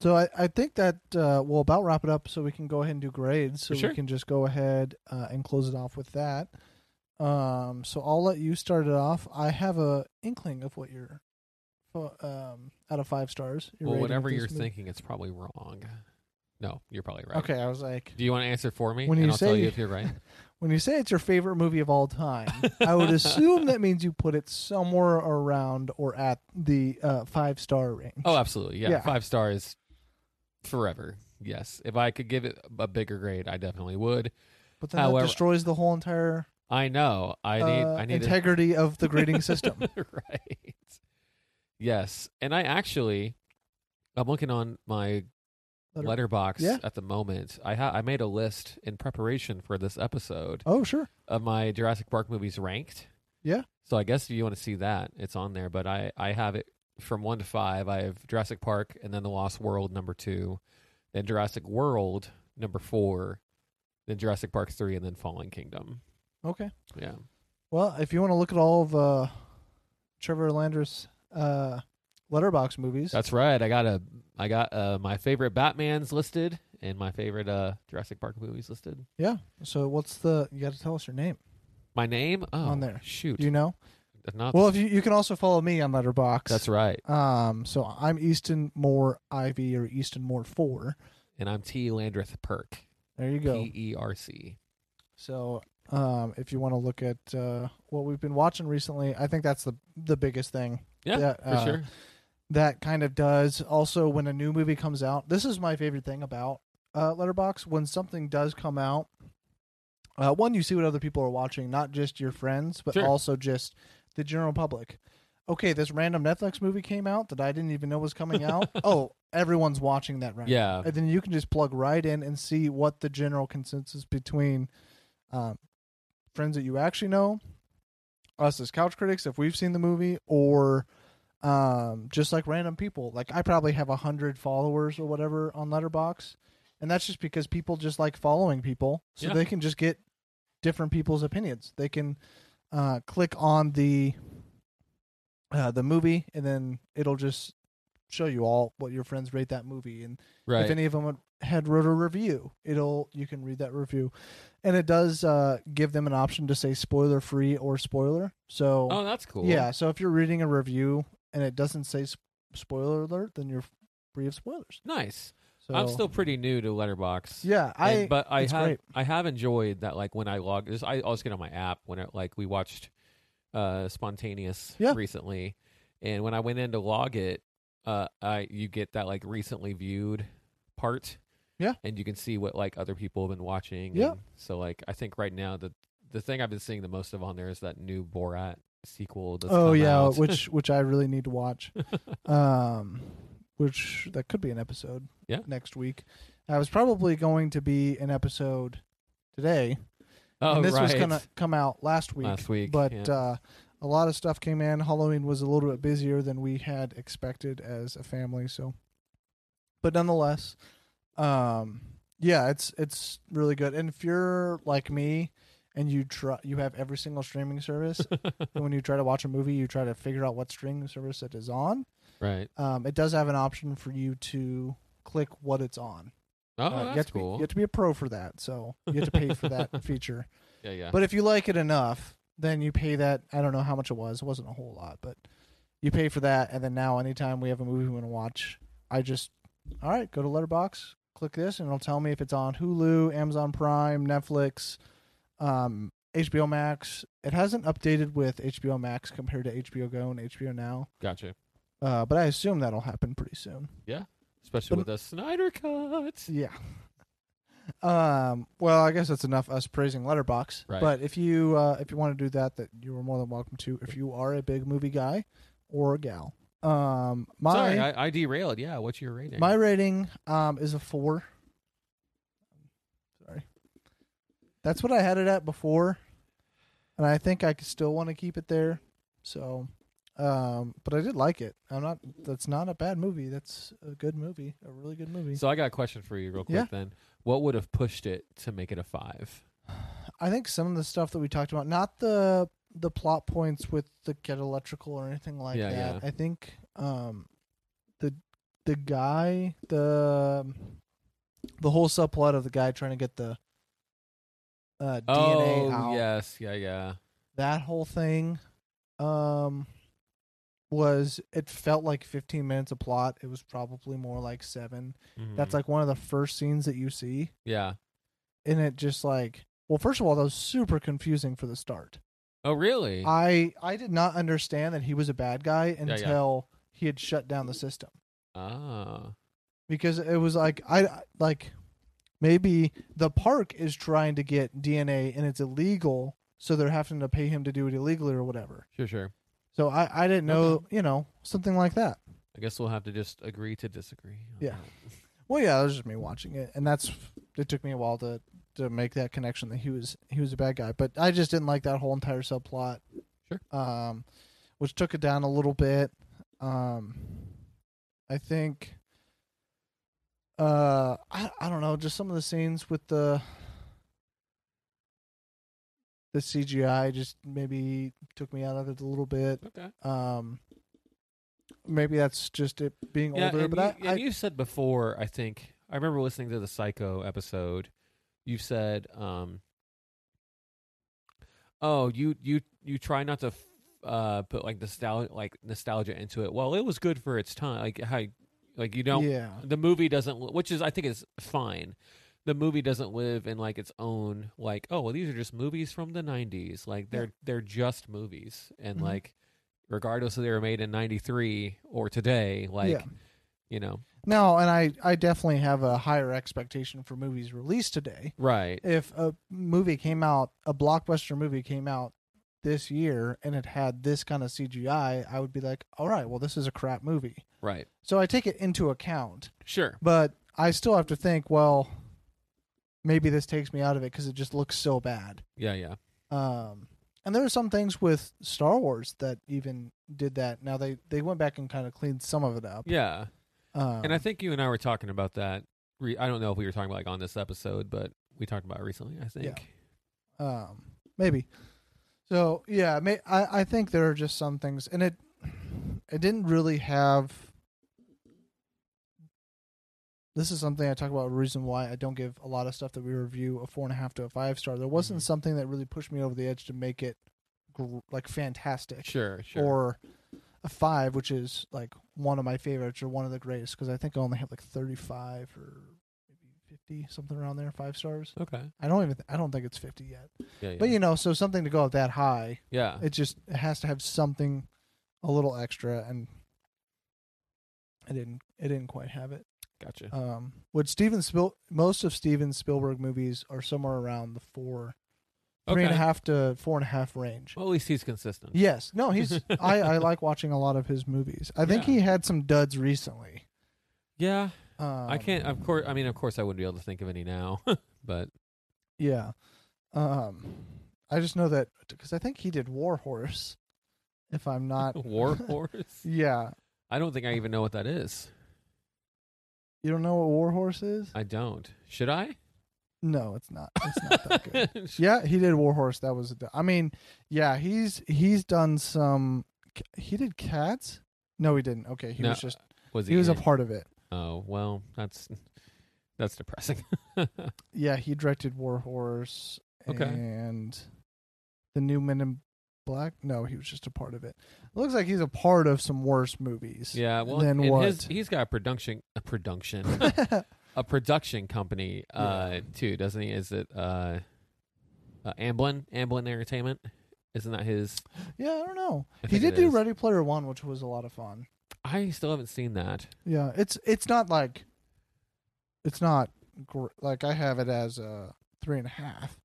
so I, I think that uh, we'll about wrap it up so we can go ahead and do grades. So Sure. we can just go ahead uh, and close it off with that. Um, so I'll let you start it off. I have a inkling of what your um out of five stars. your well rating of whatever this you're movie- thinking it's probably wrong no you're probably right Okay, I was like, do you want to answer for me When and you i'll tell say- you if you're right when When you say it's your favorite movie of all [laughs] time, I would assume that means you put it somewhere around or at the uh, five star range. Oh, absolutely. Yeah. Yeah. Five stars forever. Yes. If I could give it a bigger grade, I definitely would. but then however- that destroys the whole entire I know. I need uh, I need to- integrity of the grading system. [laughs] right. Yes. And I actually I'm looking on my Letter- letterbox Yeah. at the moment. I ha- I made a list in preparation for this episode Oh, sure. of my Jurassic Park movies ranked. Yeah. So I guess if you want to see that, it's on there. But I, I have it from one to five. I have Jurassic Park and then The Lost World number two, then Jurassic World number four, then Jurassic Park three, and then Fallen Kingdom. Okay. Yeah. Well, if you want to look at all of uh, Trevor Landers' uh, letterbox movies, That's right. I got a I got uh, my favorite Batman's listed and my favorite uh, Jurassic Park movies listed. yeah. So what's the? You got to tell us your name. My name? Oh On there. Shoot. Do you know? Not Well, if you you can also follow me on Letterbox. that's right. Um, so I'm Easton Moore Ivy or Easton Moore Four. And I'm T Landreth Perk. There you P go. E R C. So um, if you want to look at uh, what we've been watching recently, I think that's the the biggest thing. Yeah, that, For uh, sure. That kind of does. Also, when a new movie comes out, this is my favorite thing about uh, Letterbox. When something does come out, uh, one you see what other people are watching, not just your friends, but Sure. also just the general public. Okay, this random Netflix movie came out that I didn't even know was coming out. oh, everyone's watching that right Yeah. and then you can just plug right in and see what the general consensus between um, friends that you actually know, us as couch critics, if we've seen the movie, or um, just like random people. Like I probably have a hundred followers or whatever on Letterbox, and that's just because people just like following people, so Yeah. they can just get different people's opinions. They can uh, click on the uh, the movie, and then it'll just show you all what your friends rate that movie and Right. if any of them would- had wrote a review it'll you can read that review and it does uh, give them an option to say spoiler free or spoiler so oh, that's cool. yeah so if you're reading a review and it doesn't say sp- spoiler alert then you're free of spoilers Nice. so I'm still pretty new to Letterbox. yeah i And- but I it's have great. I have enjoyed that. Like when I log, this, I always get on my app when it, like we watched uh spontaneous Yeah. recently, and when I went in to log it, uh, I you get that like recently viewed part. Yeah. and you can see what like other people have been watching. Yeah. and so like I think right now the the thing I've been seeing the most of on there is that new Borat sequel. That's oh come yeah out. which which i really need to watch um which that could be an episode Yeah. next week i was probably going to be an episode today [laughs] oh and this right. was gonna come out last week. Last week, but yeah. uh, a lot of stuff came in. Halloween was a little bit busier than we had expected as a family. So, but nonetheless, um, yeah, it's it's really good. And if you're like me, and you try, you have every single streaming service, [laughs] and when you try to watch a movie, you try to figure out what streaming service it is on. right. Um, it does have an option for you to click what it's on. Oh, Uh, you that's have to be, cool. you have to be a pro for that, so you have to pay for [laughs] that feature. yeah, yeah. But if you like it enough, then you pay that. I don't know how much it was. It wasn't a whole lot, but you pay for that, and then now anytime we have a movie we want to watch, I just all right, go to Letterbox, click this, and it'll tell me if it's on Hulu, Amazon Prime, Netflix, um, HBO Max. It hasn't updated with HBO Max compared to HBO Go and HBO Now, gotcha. uh, but I assume that'll happen pretty soon. Especially but- with a Snyder cut. Yeah. Um. Well, I guess that's enough us praising Letterbox. Right. But if you uh, if you want to do that, that you are more than welcome to. If you are a big movie guy or a gal, um, my Sorry, I, I derailed. Yeah, what's your rating? my rating um is a four. Sorry. That's what I had it at before, and I think I could still want to keep it there. So, um, but I did like it. I'm not. That's not a bad movie. That's a good movie. A really good movie. so I got a question for you, real quick. Yeah. Then, what would have pushed it to make it a five? I think some of the stuff that we talked about, not the the plot points with the get electrical or anything like Yeah, that. yeah. I think um the the guy the the whole subplot of the guy trying to get the uh oh, DNA out. yes, yeah, yeah, That whole thing um was it felt like 15 minutes of plot. It was probably more like 7. That's Mhm. like one of the first scenes that you see yeah, and it just like Well, first of all, that was super confusing for the start. Oh, really? I I did not understand that he was a bad guy yeah. until he had shut down the system ah. because it was like I like maybe the park is trying to get DNA and it's illegal, so they're having to pay him to do it illegally or whatever. Sure, sure. So I I didn't know you know something like that. I guess we'll have to just agree to disagree. on Yeah. that. Well, yeah, it was just me watching it, and that's it took me a while to to make that connection that he was he was a bad guy, but I just didn't like that whole entire subplot. Sure. Um, which took it down a little bit. Um, I think. Uh, I I don't know, just some of the scenes with the the CGI just maybe took me out of it a little bit. Okay. Um, maybe that's just it being Yeah, older, and, but you, I, and I you said before, I think I remember listening to the Psycho episode. You said, um, "Oh, you you you try not to f- uh, put like nostalgia like nostalgia into it." Well, it was good for its time. Like how, like you don't yeah. the movie doesn't li- which is i think is fine the movie doesn't live in like its own like oh well these are just movies from the 90s like they're they're just movies and Mhm. like regardless of they were made in 93 or today like Yeah. you know No, and I, I definitely have a higher expectation for movies released today. right If a movie came out, a blockbuster movie came out this year and it had this kind of CGI, I would be like, all right, well, this is a crap movie. right So I take it into account, sure but I still have to think, well, maybe this takes me out of it because it just looks so bad. yeah yeah Um, and there are some things with Star Wars that even did that. Now they, they went back and kind of cleaned some of it up. yeah Um, and i think you and i were talking about that re- i don't know if we were talking about like on this episode but we talked about it recently i think um maybe so yeah may, I, I think there are just some things and it it didn't really have this is something i talk about a reason why i don't give a lot of stuff that we review a four and a half to a five star there wasn't Mhm. something that really pushed me over the edge to make it gr- like fantastic sure sure or a five which is like one of my favorites or one of the greatest because i think i only have like 35 or maybe 50 something around there five stars okay I don't even. I don't think it's fifty yet. yeah yeah Uh-huh. But you know, so something to go up that high, yeah it just it has to have something a little extra, and I didn't. It didn't quite have it. gotcha Um, would Steven Spiel? Most of Steven Spielberg movies are somewhere around the four, three and a Okay. half to four and a half range. well at least he's consistent [laughs] Yes. No. He's. [laughs] I. I like watching a lot of his movies. I think Yeah. he had some duds recently. yeah Um, I can't. Of course, I mean, of course, I wouldn't be able to think of any now. [laughs] but Yeah. Um, I just know that because I think he did War Horse. If I'm not [laughs] [laughs] War Horse. Yeah. I don't think I even know what that is. You don't know what War Horse is? I don't. Should I? [laughs] No, it's not. It's not that good. Yeah, he did War Horse. That was a d- I mean, yeah, he's he's done some he did Cats? No, he didn't. Okay, he No, was just was he? he was a in- part of it. Oh well, that's that's depressing. [laughs] Yeah, he directed War Horse Okay. and The New Men in Black. No, he was just a part of it. Looks like he's a part of some worse movies. yeah. Well, Then and what? His, he's got a production, a production, [laughs] a production company uh, too, doesn't he? Is it uh, uh, Amblin? Amblin Entertainment? Isn't that his? yeah, I don't know. I he think did it do is. Ready Player One, which was a lot of fun. I still haven't seen that. Yeah, it's it's not like it's not gr- like I have it as a three and a half,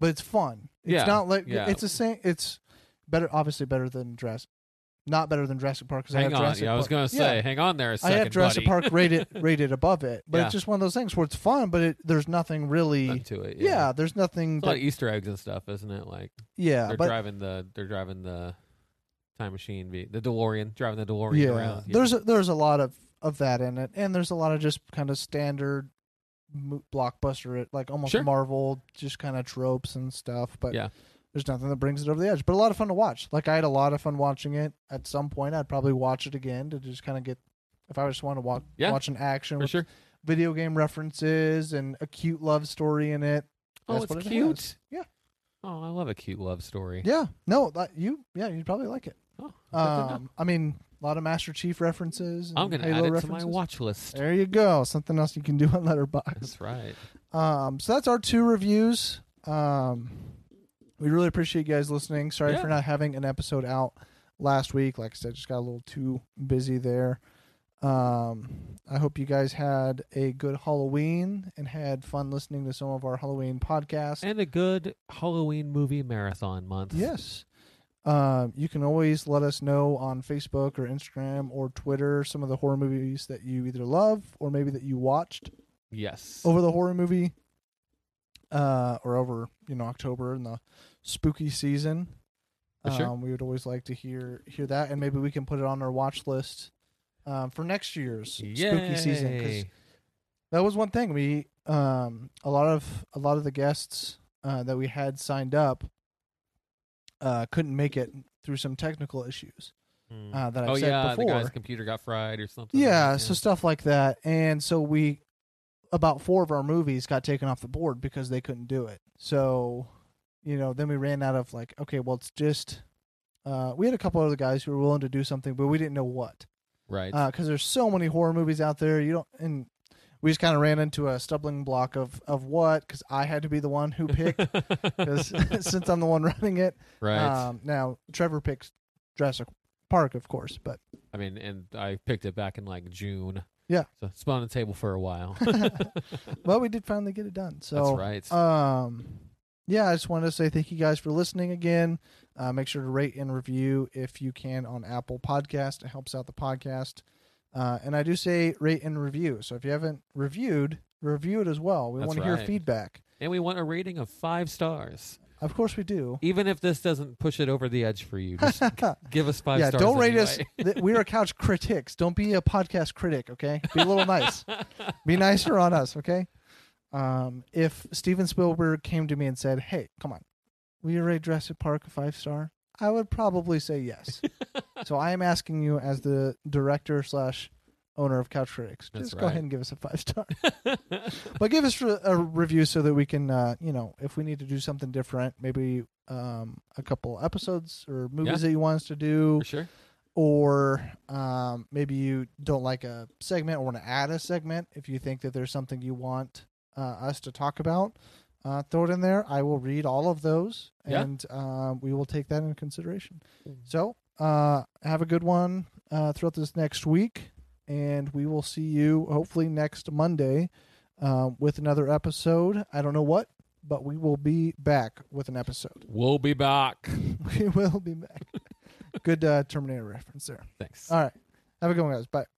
but it's fun. It's Yeah, not like yeah. it's the same. It's better, obviously better than Jurassic, not better than Jurassic Park because I Hang have on. Jurassic Yeah, I was Park- gonna Yeah, say, hang on there a I second, have Jurassic buddy. [laughs] Park rated rated above it, but Yeah. it's just one of those things where it's fun, but it, there's nothing really. Into it. yeah. there's nothing. It's a lot That, of Easter eggs and stuff, isn't it? Like yeah, they're but driving the they're driving the time machine, ve- the DeLorean, driving the DeLorean yeah, around. Yeah. there's a, there's a lot of of that in it, and there's a lot of just kind of standard mo- blockbuster, like almost Sure. Marvel, just kind of tropes and stuff. But Yeah. there's nothing that brings it over the edge. But a lot of fun to watch. Like I had a lot of fun watching it. At some point, I'd probably watch it again to just kind of get. If I just want to watch Yeah, watch an action for with sure. video game references and a cute love story in it. Oh, That's it's what it cute. has. Yeah. Oh, I love a cute love story. Yeah, no, that, you yeah you'd probably like it. Oh, good to know. Um, I mean, a lot of Master Chief references. And I'm gonna Halo add it references. to my watch [laughs] list. There you go. Something else you can do on Letterbox. That's right. Um, so that's our two reviews. Um, we really appreciate you guys listening. Sorry Yeah. for not having an episode out last week. Like I said, just got a little too busy there. Um, I hope you guys had a good Halloween and had fun listening to some of our Halloween podcasts. and a good Halloween movie marathon month. Yes. Um, you can always let us know on Facebook or Instagram or Twitter some of the horror movies that you either love or maybe that you watched Yes. over the horror movie uh, or over you know October and the spooky season. For sure. Um, we would always like to hear hear that, and maybe we can put it on our watch list um, for next year's spooky season. 'cause Yay. that was one thing we um a lot of a lot of the guests uh, that we had signed up uh couldn't make it through some technical issues Mm. uh, that I've oh said yeah, the before. guy's computer got fried or something. like yeah, that, so stuff like that, and so we about four of our movies got taken off the board because they couldn't do it. So you know, then we ran out of like, okay, well, it's just uh, we had a couple other guys who were willing to do something, but we didn't know what right. because there's so many horror movies out there. You don't, and we just kind of ran into a stumbling block of of what because I had to be the one who [laughs] picked because [laughs] since I'm the one running it. right. Um, now Trevor picks Jurassic Park, of course, but I mean, and I picked it back in like June. Yeah. So it's been on the table for a while. [laughs] well, we did finally get it done. So [laughs] That's right. Um, yeah, I just wanted to say thank you guys for listening again. Uh, make sure to rate and review if you can on Apple Podcast. It helps out the podcast. Uh, and I do say rate and review. So if you haven't reviewed, review it as well. We That's want to right. hear feedback. and we want a rating of five stars. Of course we do. [laughs] Even if this doesn't push it over the edge for you, just give us five yeah, stars. don't rate us. anyway. Th- We are [laughs] couch critics. Don't be a podcast critic, okay? Be a little nice. Be nicer on us, okay? Um, if Steven Spielberg came to me and said, "Hey, come on, will you rate Jurassic Park a five star?" I would probably say [laughs] yes. so I am asking you, as the director slash owner of Couch Critics, That's just go right. ahead and give us a five star, [laughs] but give us re- a review so that we can, uh, you know, if we need to do something different, maybe um, a couple episodes or movies that you want us to do [laughs] for sure. or um, maybe you don't like a segment or want to add a segment if you think that there's something you want uh, us to talk about uh, throw it in there i will read all of those Yeah. and um, we will take that into consideration so uh, have a good one uh, throughout this next week and we will see you hopefully next monday um, with another episode i don't know what but we will be back with an episode [laughs] We'll be back. we will be back good uh, terminator reference there Thanks. all right. Have a good one, guys. Bye.